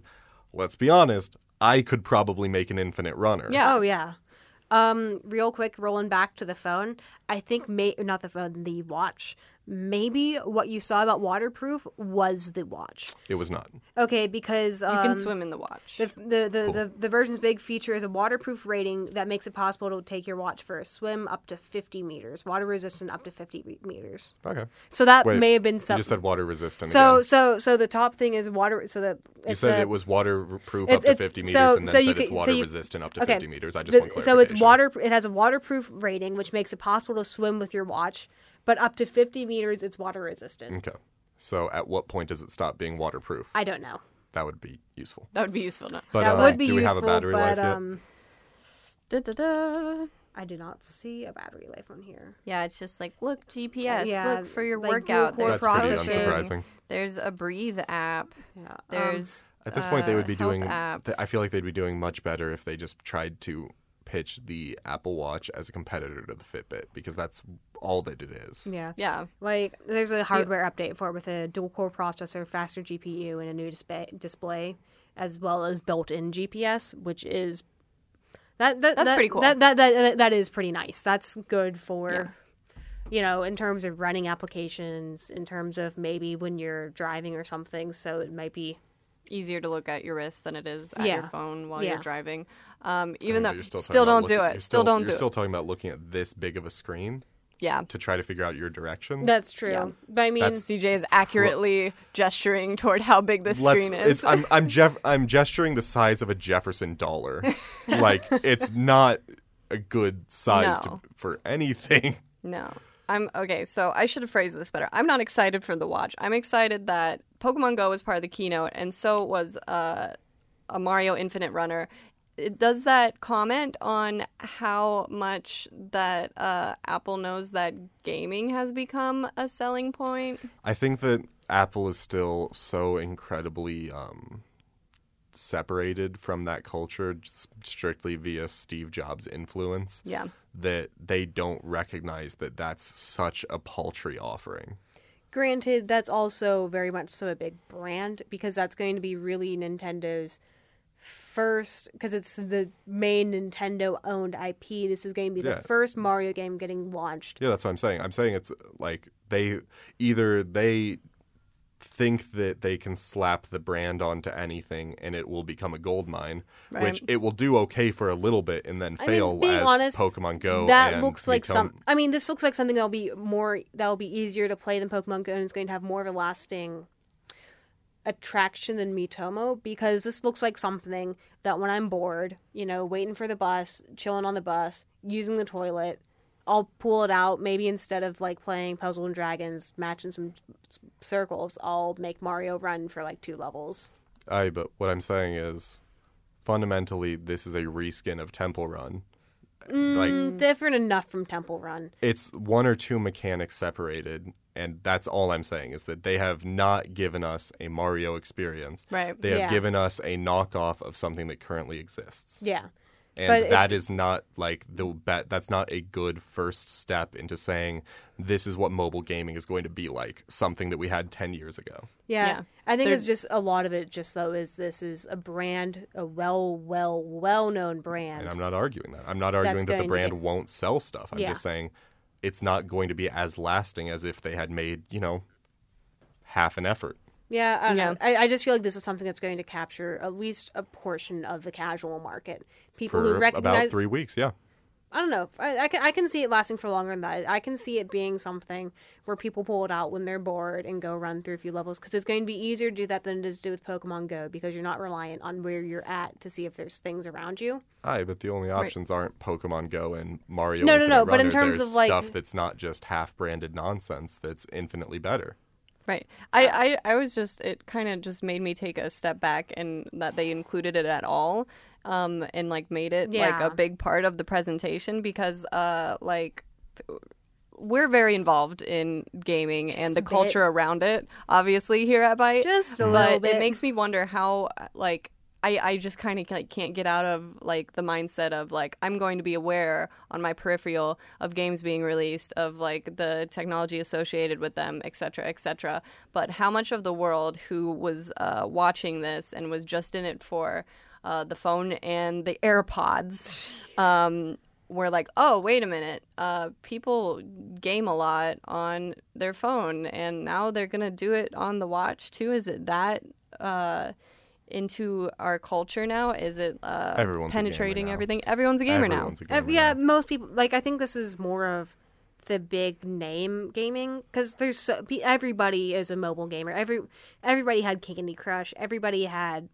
Speaker 5: let's be honest, I could probably make an infinite runner.
Speaker 3: yeah.
Speaker 4: Oh yeah. Um, real quick, rolling back to the phone. I think may not the phone, the watch. Maybe what you saw about waterproof was the watch.
Speaker 5: It was not.
Speaker 4: Okay, because um,
Speaker 3: you can swim in the watch.
Speaker 4: The, the, the, the, the version's big feature is a waterproof rating that makes it possible to take your watch for a swim up to 50 meters, water resistant up to 50 re- meters.
Speaker 5: Okay.
Speaker 4: So that
Speaker 5: Wait,
Speaker 4: may have been
Speaker 5: You
Speaker 4: something.
Speaker 5: just said water resistant.
Speaker 4: so
Speaker 5: again.
Speaker 4: so so the top thing is water. So the
Speaker 5: You
Speaker 4: it's
Speaker 5: said
Speaker 4: a-
Speaker 5: it was waterproof
Speaker 4: it's-
Speaker 5: up to
Speaker 4: it's-
Speaker 5: 50 meters
Speaker 4: so-
Speaker 5: and then
Speaker 4: so you
Speaker 5: said
Speaker 4: could-
Speaker 5: it's
Speaker 4: so
Speaker 5: water
Speaker 4: you-
Speaker 5: resistant up to
Speaker 4: okay,
Speaker 5: 50 meters. I just
Speaker 4: the-
Speaker 5: want
Speaker 4: so it's
Speaker 5: clarification.
Speaker 4: water. It has a waterproof rating, which makes it possible to swim with your watch, but up to 50 meters, it's water resistant.
Speaker 5: Okay. So at what point does it stop being waterproof?
Speaker 4: I don't know.
Speaker 5: That would be useful.
Speaker 3: that would be useful. No.
Speaker 5: But
Speaker 4: that
Speaker 5: uh,
Speaker 4: would be
Speaker 5: do we
Speaker 4: useful,
Speaker 5: have a battery
Speaker 4: but
Speaker 5: life yet?
Speaker 4: um,
Speaker 3: Da, da, da.
Speaker 4: I do not see a battery life on here.
Speaker 3: Yeah, it's just like look GPS,
Speaker 4: Yeah,
Speaker 3: look for your
Speaker 4: like
Speaker 3: workout.
Speaker 4: Google
Speaker 3: There's
Speaker 5: That's pretty
Speaker 4: processing.
Speaker 5: unsurprising.
Speaker 3: There's a Breathe app.
Speaker 4: Yeah. um,
Speaker 3: There's
Speaker 5: At this point, they would
Speaker 3: uh,
Speaker 5: be
Speaker 3: health
Speaker 5: doing.
Speaker 3: apps.
Speaker 5: th- I feel like they'd be doing much better if they just tried to pitch the Apple Watch as a competitor to the Fitbit because that's all that it is.
Speaker 4: yeah.
Speaker 3: yeah.
Speaker 4: Like there's a hardware update for it with a dual core processor, faster GPU, and a new display, display as well as built-in GPS, which is That, that
Speaker 3: That's
Speaker 4: that-
Speaker 3: pretty cool.
Speaker 4: That, that that that is pretty nice. That's good for.
Speaker 3: Yeah.
Speaker 4: You know, in terms of running applications, in terms of maybe when you're driving or something, so it might be
Speaker 3: Easier to look at your wrist than it is at your
Speaker 4: Yeah.
Speaker 3: phone while
Speaker 4: Yeah.
Speaker 3: you're driving. Um, even
Speaker 5: But
Speaker 3: though
Speaker 5: you're
Speaker 3: still,
Speaker 5: talking about
Speaker 3: don't do
Speaker 5: looking-
Speaker 3: it.
Speaker 5: you're
Speaker 3: Still, don't
Speaker 5: you're
Speaker 3: do
Speaker 5: still
Speaker 3: it.
Speaker 5: talking about looking at this big of a screen
Speaker 3: Yeah.
Speaker 5: to try to figure out your direction.
Speaker 4: that's true. But I mean,
Speaker 5: That's-
Speaker 3: CJ is accurately gesturing toward how big this
Speaker 5: Let's.
Speaker 3: screen
Speaker 5: It's,
Speaker 3: is.
Speaker 5: I'm I'm Jeff. I'm gesturing the size of a Jefferson dollar. like it's not a good size
Speaker 3: No.
Speaker 5: to, for anything.
Speaker 3: No. I'm okay, so I should have phrased this better. I'm not excited for the watch. I'm excited that Pokemon Go was part of the keynote and so was uh, a Mario Infinite Runner. It, does that comment on how much that uh, Apple knows that gaming has become a selling point?
Speaker 5: I think that Apple is still so incredibly um, separated from that culture, just strictly via Steve Jobs' influence,
Speaker 3: Yeah.
Speaker 5: that they don't recognize that that's such a paltry offering.
Speaker 4: granted, that's also very much so a big brand because that's going to be really Nintendo's first because it's the main Nintendo owned IP. This is going to be
Speaker 5: Yeah.
Speaker 4: the first Mario game getting launched.
Speaker 5: Yeah, that's what I'm saying. I'm saying it's like they either they think that they can slap the brand onto anything and it will become a gold mine,
Speaker 3: Right.
Speaker 5: which it will do okay for a little bit and then
Speaker 4: I mean,
Speaker 5: fail
Speaker 4: being
Speaker 5: as
Speaker 4: honest,
Speaker 5: Pokemon Go.
Speaker 4: that
Speaker 5: and
Speaker 4: looks like
Speaker 5: become-
Speaker 4: some. I mean, this looks like something that'll be more that'll be easier to play than Pokemon Go, and it's going to have more of a lasting attraction than Mitomo because this looks like something that when I'm bored, you know, waiting for the bus, chilling on the bus, using the toilet, I'll pull it out. Maybe instead of like playing Puzzle and Dragons, matching some s- circles, I'll make Mario run for like two levels.
Speaker 5: Aye, but what I'm saying is, fundamentally, this is a reskin of Temple Run. Like
Speaker 4: Mm, Different enough from Temple Run.
Speaker 5: it's one or two mechanics separated, and that's all I'm saying is that they have not given us a Mario experience.
Speaker 3: Right.
Speaker 5: They have
Speaker 4: Yeah.
Speaker 5: given us a knockoff of something that currently exists,
Speaker 4: Yeah. but
Speaker 5: and
Speaker 4: it-
Speaker 5: that is not like the bet. That's not a good first step into saying this is what mobile gaming is going to be like. Something that we had ten years ago.
Speaker 4: Yeah.
Speaker 3: Yeah.
Speaker 4: I think it's
Speaker 3: They're-
Speaker 4: just a lot of it just though is this is a brand, a well, well, well known
Speaker 5: And
Speaker 4: brand.
Speaker 5: I'm not arguing that. I'm not arguing that
Speaker 4: going
Speaker 5: the
Speaker 4: to
Speaker 5: brand
Speaker 4: get-
Speaker 5: won't sell stuff. I'm
Speaker 4: Yeah.
Speaker 5: just saying it's not going to be as lasting as if they had made, you know, half an effort.
Speaker 4: Yeah, I don't
Speaker 3: Yeah.
Speaker 4: know. I, I just feel like this is something that's going to capture at least a portion of the casual market. People who
Speaker 5: For about
Speaker 4: recognize
Speaker 5: three weeks, yeah.
Speaker 4: I don't know. I, I, can, I can see it lasting for longer than that. I can see it being something where people pull it out when they're bored and go run through a few levels because it's going to be easier to do that than it is to do with Pokemon Go because you're not reliant on where you're at to see if there's things around you.
Speaker 5: Aye, but the only options aren't Pokemon Go and Mario.
Speaker 4: No, no,
Speaker 5: Infinite
Speaker 4: no, but in
Speaker 5: Runner.
Speaker 4: terms
Speaker 5: There's
Speaker 4: of, like-
Speaker 5: stuff that's not just half-branded nonsense that's infinitely better.
Speaker 3: Right. I, I, I was just, it kind of just made me take a step back and that they included it at all um, and like made it
Speaker 4: Yeah.
Speaker 3: like a big part of the presentation because uh, like we're very involved in gaming and the
Speaker 4: a bit.
Speaker 3: culture around it, obviously, here at Byte.
Speaker 4: Just a
Speaker 3: but
Speaker 4: little bit.
Speaker 3: it makes me wonder how like I, I just kind of like can't get out of like the mindset of like I'm going to be aware on my peripheral of games being released of like the technology associated with them et cetera, et cetera. but how much of the world who was uh, watching this and was just in it for uh, the phone and the AirPods um, we're like, oh, wait a minute. Uh, people game a lot on their phone, and now they're going to do it on the watch too. Is it that uh, into our culture now? Is it uh,
Speaker 5: Everyone's a gamer
Speaker 3: penetrating
Speaker 5: now.
Speaker 3: everything? Everyone's a gamer
Speaker 5: Everyone's
Speaker 3: now.
Speaker 5: a
Speaker 4: Uh,
Speaker 5: gamer
Speaker 4: yeah,
Speaker 5: now.
Speaker 4: most people like. I think this is more of the big name gaming because there's so, pe- everybody is a mobile gamer. Every everybody had Candy Crush. Everybody had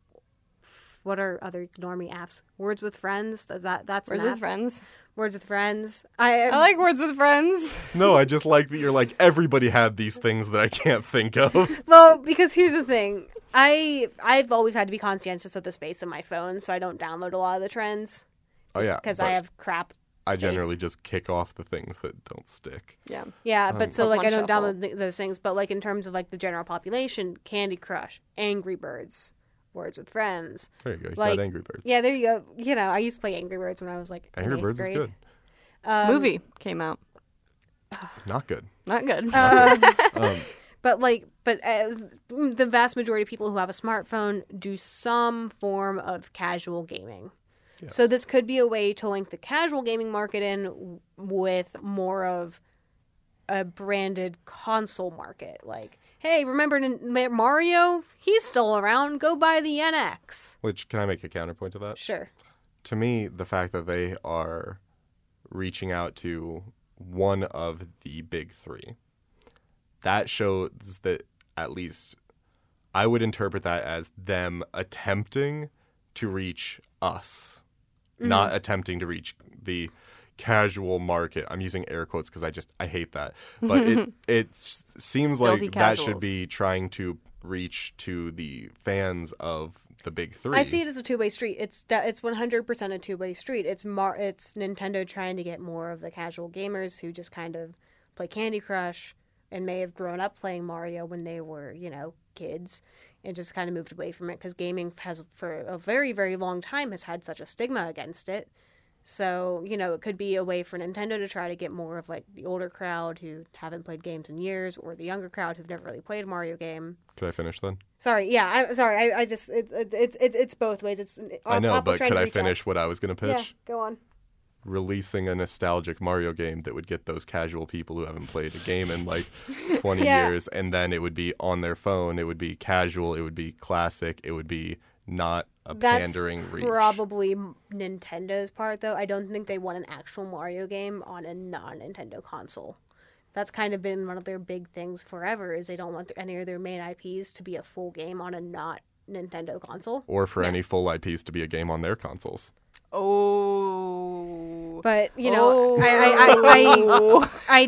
Speaker 4: what are other normie apps? Words with Friends. Th- That that's an
Speaker 3: Words with
Speaker 4: app.
Speaker 3: friends.
Speaker 4: Words with Friends. I, um,
Speaker 3: I like words with friends.
Speaker 5: No, I just like that you're like everybody had these things that I can't think of.
Speaker 4: well because here's the thing. I I've always had to be conscientious of the space in my phone, so I don't download a lot of the trends
Speaker 5: Oh yeah,
Speaker 4: because
Speaker 5: but
Speaker 4: I have crap.
Speaker 5: I
Speaker 4: space.
Speaker 5: generally just kick off the things that don't stick.
Speaker 3: Yeah.
Speaker 4: Yeah,
Speaker 5: Um,
Speaker 4: but so like
Speaker 3: Pokemon
Speaker 4: I don't
Speaker 3: Shuffle.
Speaker 4: download th- those things, but like in terms of like the general population, Candy Crush, Angry Birds, Words with Friends.
Speaker 5: There you go. You
Speaker 4: Like,
Speaker 5: got Angry Birds.
Speaker 4: Yeah, there you go. You know, I used to play Angry Birds when I was like in
Speaker 5: Angry
Speaker 4: eighth
Speaker 5: Birds
Speaker 4: grade. Um,
Speaker 5: is good.
Speaker 3: Movie came out.
Speaker 5: Not good.
Speaker 3: Not
Speaker 5: Um,
Speaker 3: good.
Speaker 4: um, But like, but uh, the vast majority of people who have a smartphone do some form of casual gaming. So this could be a way to link the casual gaming market in w- with more of a branded console market. Like, hey, remember N- Ma- Mario? He's still around. Go buy the NX.
Speaker 5: Which can I make a counterpoint to that?
Speaker 4: Sure.
Speaker 5: to me, the fact that they are reaching out to one of the big three, that shows that at least I would interpret that as them attempting to reach us, not attempting to reach the casual market. I'm using air quotes because I just I hate that, but it it s- seems like
Speaker 3: Filthy
Speaker 5: that should
Speaker 3: casuals.
Speaker 5: be trying to reach to the fans of the big three.
Speaker 4: I see it as a two-way street. It's de- it's 100% a two-way street. It's Mar- it's Nintendo trying to get more of the casual gamers who just kind of play Candy Crush and may have grown up playing Mario when they were, you know, kids and just kind of moved away from it cuz gaming has for a very very long time has had such a stigma against it. So, you know, it could be a way for Nintendo to try to get more of like the older crowd who haven't played games in years or the younger crowd who've never really played a Mario game.
Speaker 5: Could I finish then?
Speaker 4: Sorry, yeah, I'm sorry. I, I just it's it's it's it's both ways. It's an-
Speaker 5: I know,
Speaker 4: Apple
Speaker 5: but
Speaker 4: trying
Speaker 5: could
Speaker 4: to
Speaker 5: I
Speaker 4: reach us.
Speaker 5: finish what I was going to pitch?
Speaker 4: Yeah, go on.
Speaker 5: Releasing a nostalgic Mario game that would get those casual people who haven't played a game in like 20
Speaker 4: Yeah.
Speaker 5: years, and then it would be on their phone. It would be casual. It would be classic. It would be not a
Speaker 4: That's
Speaker 5: pandering reach.
Speaker 4: probably M- Nintendo's part, though. I don't think they want an actual Mario game on a non-Nintendo console. That's kind of been one of their big things forever. Is they don't want any of their main IPs to be a full game on a not Nintendo console.
Speaker 5: or for any full IPs to be a game on their consoles.
Speaker 3: Oh.
Speaker 4: But you know,
Speaker 3: Oh.
Speaker 4: I, I, I, I, I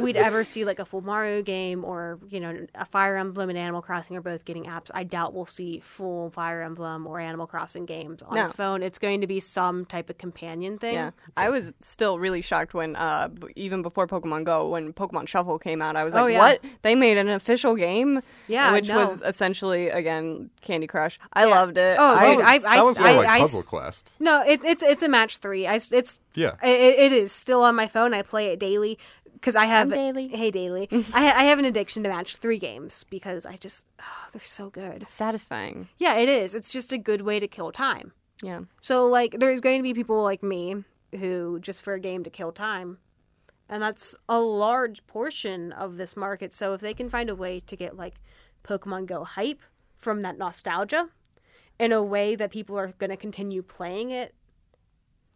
Speaker 4: we'd ever see like a full Mario game or you know a Fire Emblem and Animal Crossing are both getting apps. I doubt we'll see full Fire Emblem or Animal Crossing games on
Speaker 3: No.
Speaker 4: a phone. It's going to be some type of companion thing.
Speaker 3: Yeah, I was still really shocked when, uh, b- even before Pokemon Go, when Pokemon Shuffle came out, I was like,
Speaker 4: Oh, yeah.
Speaker 3: "What? They made an official game?"
Speaker 4: Yeah,
Speaker 3: which
Speaker 4: no.
Speaker 3: was essentially again Candy Crush. I loved it.
Speaker 4: Oh,
Speaker 3: I,
Speaker 4: dude, I-
Speaker 5: that was more
Speaker 4: I-
Speaker 5: like
Speaker 4: I-
Speaker 5: Puzzle Quest.
Speaker 4: No, it, it's it's a match three. I s it's
Speaker 5: Yeah.
Speaker 4: I- it, it is still on my phone. I play it daily because I have
Speaker 3: daily.
Speaker 4: Hey, daily. I, ha- I have an addiction to match three games because I just oh, they're so good.
Speaker 3: satisfying.
Speaker 4: Yeah, it is. It's just a good way to kill time.
Speaker 3: Yeah,
Speaker 4: So like there's going to be people like me who just for a game to kill time. And that's a large portion of this market. So if they can find a way to get like Pokemon Go hype from that nostalgia in a way that people are going to continue playing it,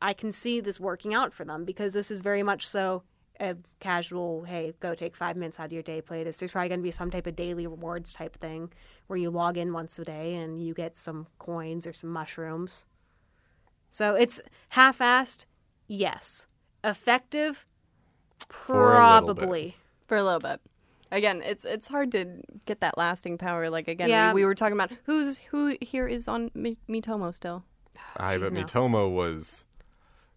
Speaker 4: I can see this working out for them because this is very much so a casual, hey, go take five minutes out of your day, play this. There's probably going to be some type of daily rewards type thing where you log in once a day and you get some coins or some mushrooms. So it's half assed, yes. Effective,
Speaker 5: For a little bit.
Speaker 4: probably.
Speaker 3: for a little bit. Again, it's it's hard to get that lasting power. Like again,
Speaker 4: Yeah.
Speaker 3: we, we were talking about who's who here is on Mi- Mitomo still.
Speaker 5: I
Speaker 4: Jeez,
Speaker 5: but
Speaker 4: no.
Speaker 5: Mitomo was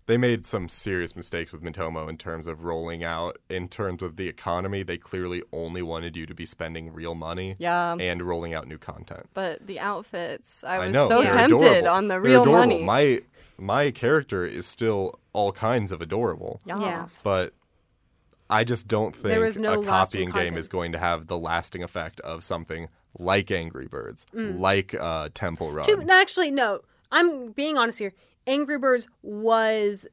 Speaker 5: they made some serious mistakes with Mitomo in terms of rolling out in terms of the economy. They clearly only wanted you to be spending real money
Speaker 3: Yeah,
Speaker 5: and rolling out new content.
Speaker 3: but the outfits, Um, I was
Speaker 5: know
Speaker 3: so
Speaker 5: they're
Speaker 3: tempted
Speaker 5: adorable.
Speaker 3: on the
Speaker 5: They're
Speaker 3: real
Speaker 5: adorable.
Speaker 3: money.
Speaker 5: My my character is still all kinds of adorable.
Speaker 3: yeah.
Speaker 4: Yeah.
Speaker 5: But I just don't think
Speaker 4: was no
Speaker 5: a
Speaker 4: lasting
Speaker 5: copying game
Speaker 4: content.
Speaker 5: is going to have the lasting effect of something like Angry Birds,
Speaker 3: Mm.
Speaker 5: like uh, Temple Run.
Speaker 4: Two, no, actually, no. I'm being honest here. Angry Birds was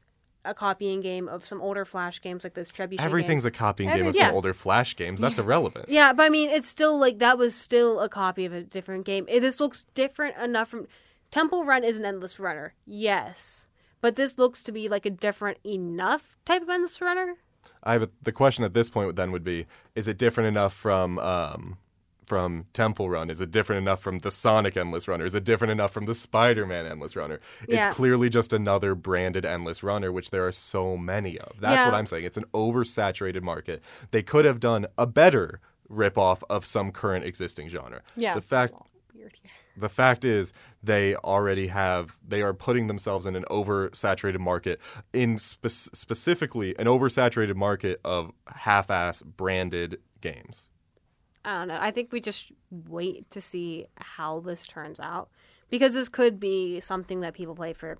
Speaker 4: a copying game of some older Flash games like those Trebuchet
Speaker 5: Everything's
Speaker 4: games.
Speaker 5: a copying game of
Speaker 4: Everything.
Speaker 5: some older Flash games. That's irrelevant.
Speaker 4: Yeah, but I mean, it's still like that was still a copy of a different game. It, this looks different enough from Temple Run is an endless runner, yes, but this looks to be like a different enough type of endless runner.
Speaker 5: I have a, the question at this point then would be: Is it different enough from um, from Temple Run? Is it different enough from the Sonic Endless Runner? Is it different enough from the Spider-Man Endless Runner?
Speaker 4: Yeah.
Speaker 5: It's clearly just another branded endless runner, which there are so many of. That's
Speaker 4: Yeah.
Speaker 5: what I'm saying. It's an oversaturated market. They could have done a better ripoff of some current existing genre.
Speaker 3: Yeah.
Speaker 5: The fact the fact is they already have they are putting themselves in an oversaturated market in spe- specifically an oversaturated market of half-ass branded games
Speaker 4: I don't know. I think we just wait to see how this turns out because this could be something that people play for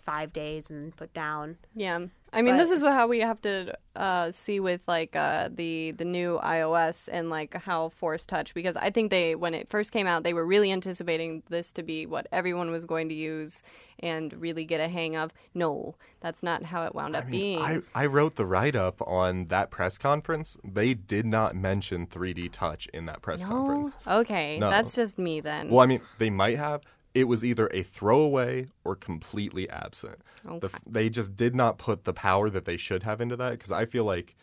Speaker 4: five days and put down.
Speaker 3: Yeah, I mean,
Speaker 4: But-
Speaker 3: this is what- how we have to uh, see with like uh, the the new iOS and like how Force Touch because I think they when it first came out they were really anticipating this to be what everyone was going to use and really get a hang of. No, that's not how it wound up
Speaker 5: I
Speaker 3: being.
Speaker 5: mean, I, I wrote the write up on that press conference. They did not mention 3D touch in that press
Speaker 3: no,
Speaker 5: conference.
Speaker 3: okay,
Speaker 5: No.
Speaker 3: that's just me then.
Speaker 5: Well, I mean, they might have. It was either a throwaway or completely absent. The f they just did not put the power that they should have into that because I feel like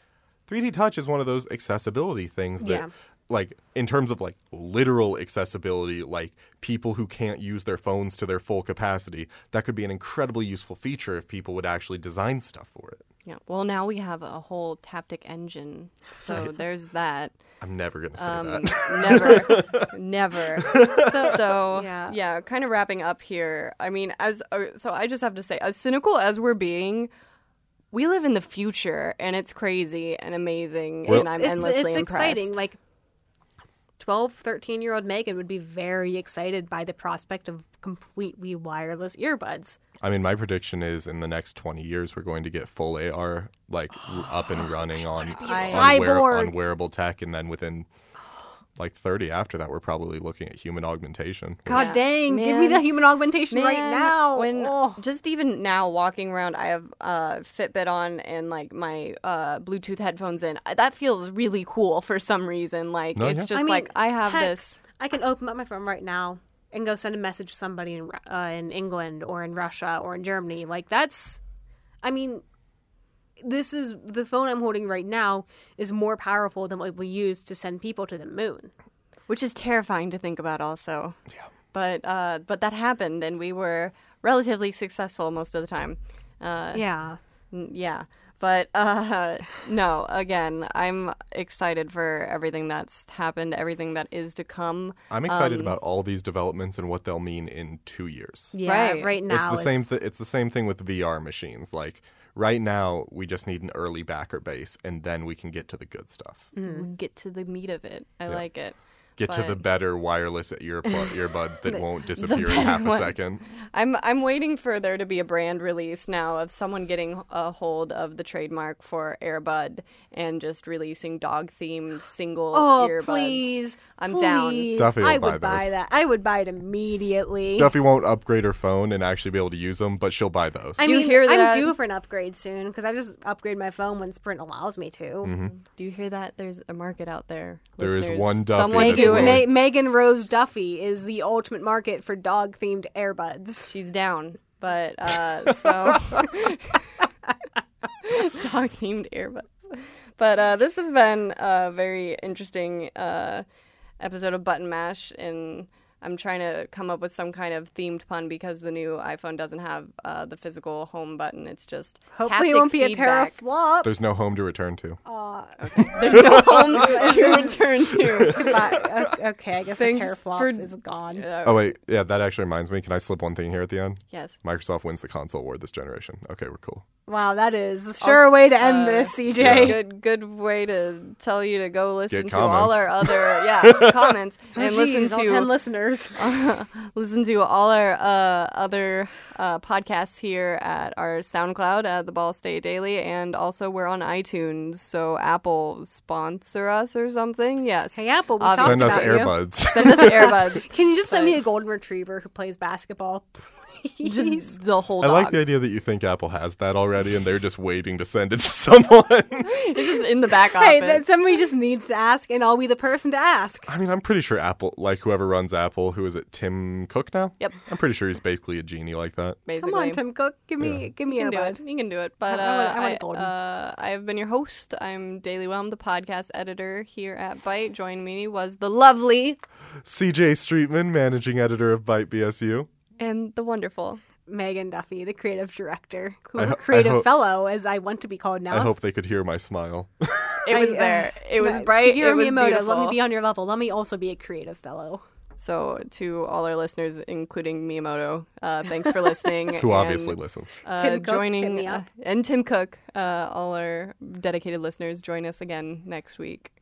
Speaker 5: 3D touch is one of those accessibility things that.
Speaker 4: Yeah.
Speaker 5: Like in terms of like literal accessibility, like people who can't use their phones to their full capacity, that could be an incredibly useful feature if people would actually design stuff for it.
Speaker 3: Yeah. Well, now we have a whole Taptic engine, so there's that.
Speaker 5: I'm never gonna say
Speaker 3: Um,
Speaker 5: that.
Speaker 3: never, never.
Speaker 4: So,
Speaker 3: So yeah.
Speaker 4: Yeah.
Speaker 3: kind of wrapping up here. I mean, as uh, so, I just have to say, as cynical as we're being, we live in the future, and it's crazy and amazing,
Speaker 5: Well-
Speaker 3: and I'm
Speaker 4: it's,
Speaker 3: endlessly
Speaker 4: it's
Speaker 3: impressed.
Speaker 4: exciting. Like 12, 13 year old Megan would be very excited by the prospect of completely wireless earbuds.
Speaker 5: I mean, my prediction is in the next 20 years we're going to get full AR like r- up and running on on, wear,
Speaker 4: cyborg.
Speaker 5: on wearable tech, and then within like 30 after that, we're probably looking at human augmentation.
Speaker 4: God
Speaker 3: Yeah.
Speaker 4: dang, give me
Speaker 3: Man.
Speaker 4: the human augmentation right
Speaker 3: Man,
Speaker 4: now.
Speaker 3: When
Speaker 4: Oh.
Speaker 3: just even now walking around, I have uh, Fitbit on and like my uh, Bluetooth headphones in. Uh, That feels really cool for some reason. Like
Speaker 5: Oh,
Speaker 3: it's
Speaker 5: yeah.
Speaker 3: just
Speaker 4: I mean,
Speaker 3: like I have
Speaker 4: heck,
Speaker 3: this.
Speaker 4: I can open up my phone right now and go send a message to somebody in Ru- uh, in England or in Russia or in Germany. Like that's, I mean, this is the phone I'm holding right now is more powerful than what we use to send people to the moon.
Speaker 3: which is terrifying to think about also yeah but uh but that happened and we were relatively successful most of the time uh
Speaker 4: Yeah,
Speaker 3: n- yeah but uh no again i'm excited for everything that's happened everything that is to come
Speaker 5: I'm excited about all these developments and what they'll mean in two years.
Speaker 4: yeah.
Speaker 3: Right.
Speaker 4: Right,
Speaker 5: it's the
Speaker 4: now,
Speaker 5: same. Th- it's the same thing with VR machines. Like right now, we just need an early backer base, and then we can get to the good stuff.
Speaker 4: Mm.
Speaker 3: We get to the meat of it i like it
Speaker 5: Get to
Speaker 3: Mm, But-
Speaker 5: the better wireless earplu- earbuds that won't disappear in
Speaker 3: better
Speaker 5: half a
Speaker 3: ones.
Speaker 5: second.
Speaker 3: I'm I'm waiting for there to be a brand release now of someone getting a hold of the trademark for Airbud and just releasing dog themed single
Speaker 4: Oh
Speaker 3: earbuds.
Speaker 4: please!
Speaker 3: I'm down.
Speaker 4: please.
Speaker 5: Duffy will
Speaker 4: I
Speaker 5: buy
Speaker 4: would buy
Speaker 5: those.
Speaker 4: that. I would buy it immediately.
Speaker 5: Duffy won't upgrade her phone and actually be able to use them, but she'll buy those.
Speaker 4: I
Speaker 3: Do you
Speaker 4: mean,
Speaker 3: hear that?
Speaker 4: I'm due for an upgrade soon because I just upgrade my phone when Sprint allows me to.
Speaker 5: Mm-hmm.
Speaker 3: Do you hear that? There's a market out there.
Speaker 5: There is
Speaker 3: listeners.
Speaker 5: one Duffy
Speaker 3: Someone
Speaker 5: that's
Speaker 3: do it.
Speaker 5: willing. Really-
Speaker 4: Ma- Megan Rose Duffy is the ultimate market for dog themed earbuds.
Speaker 3: She's down. But uh, so dog themed earbuds. But uh, this has been a very interesting uh, episode of Button Mash, and I'm trying to come up with some kind of themed pun because the new iPhone doesn't have uh, the physical home button. It's just
Speaker 4: Hopefully,
Speaker 3: haptic
Speaker 4: it won't be a terra
Speaker 3: feedback.
Speaker 4: flop.
Speaker 5: There's no home to return to.
Speaker 3: There's no home to return to.
Speaker 4: But, o- okay, I guess the
Speaker 3: Thanks
Speaker 4: terra flop
Speaker 3: for-
Speaker 4: is gone.
Speaker 5: Oh wait, yeah, that actually reminds me. Can I slip one thing here at the end?
Speaker 3: Uh, Yes.
Speaker 5: Microsoft wins the console war this generation. Okay, we're cool.
Speaker 4: Wow, that is a sure way to end this, CJ.
Speaker 3: uh, Good, good way to tell you to go listen
Speaker 5: Get
Speaker 3: to all
Speaker 5: comments.
Speaker 3: our other yeah comments
Speaker 4: Oh,
Speaker 3: and
Speaker 4: geez,
Speaker 3: listen
Speaker 4: all
Speaker 3: to
Speaker 4: ten listeners.
Speaker 3: listen to all our uh, other uh, podcasts here at our SoundCloud at the Ball State Daily, and also we're on iTunes. So Apple sponsor us or something. Yes.
Speaker 4: Hey, Apple, we
Speaker 3: Obviously.
Speaker 5: Send
Speaker 4: talked
Speaker 5: us
Speaker 4: about you.
Speaker 5: earbuds.
Speaker 3: Send us earbuds.
Speaker 4: Can you just send me a golden retriever who plays basketball? Please.
Speaker 3: Just the whole
Speaker 5: I
Speaker 3: dog.
Speaker 5: like the idea that you think Apple has that already, and they're just waiting to send it to someone.
Speaker 3: It's just in the back office.
Speaker 4: Hey, that somebody just needs to ask, and I'll be the person to ask.
Speaker 5: I mean, I'm pretty sure Apple, like whoever runs Apple, who is it, Tim Cook now?
Speaker 3: Yep.
Speaker 5: I'm pretty sure he's basically a genie like that.
Speaker 3: basically.
Speaker 4: Come on, Tim Cook, give me, give me
Speaker 3: You
Speaker 4: an
Speaker 3: can do
Speaker 4: earbud.
Speaker 3: it. You can do it. But uh,
Speaker 4: I- I want- I want
Speaker 3: I,
Speaker 4: a golden.
Speaker 3: uh, I have been your host. I'm Daily Whelm, the podcast editor here at Byte. Join me was the lovely
Speaker 5: CJ Streetman, managing editor of Byte BSU.
Speaker 3: and the wonderful.
Speaker 4: Megan Duffy, the creative director,
Speaker 5: I ho- I
Speaker 4: creative
Speaker 5: hope-
Speaker 4: fellow, as I want to be called now.
Speaker 5: I hope they could hear my smile.
Speaker 3: It was
Speaker 4: I, uh,
Speaker 3: there. It was
Speaker 4: Right,
Speaker 3: bright.
Speaker 4: Shigeru
Speaker 3: It was
Speaker 4: Miyamoto,
Speaker 3: beautiful.
Speaker 4: Let me be on your level. Let me also be a creative fellow.
Speaker 3: So, to all our listeners, including Miyamoto, uh, thanks for listening.
Speaker 5: Who obviously
Speaker 3: and,
Speaker 5: listens.
Speaker 3: uh,
Speaker 4: Tim Cook, hit
Speaker 3: joining
Speaker 4: me up.
Speaker 3: uh, and Tim Cook, uh, all our dedicated listeners, join us again next week.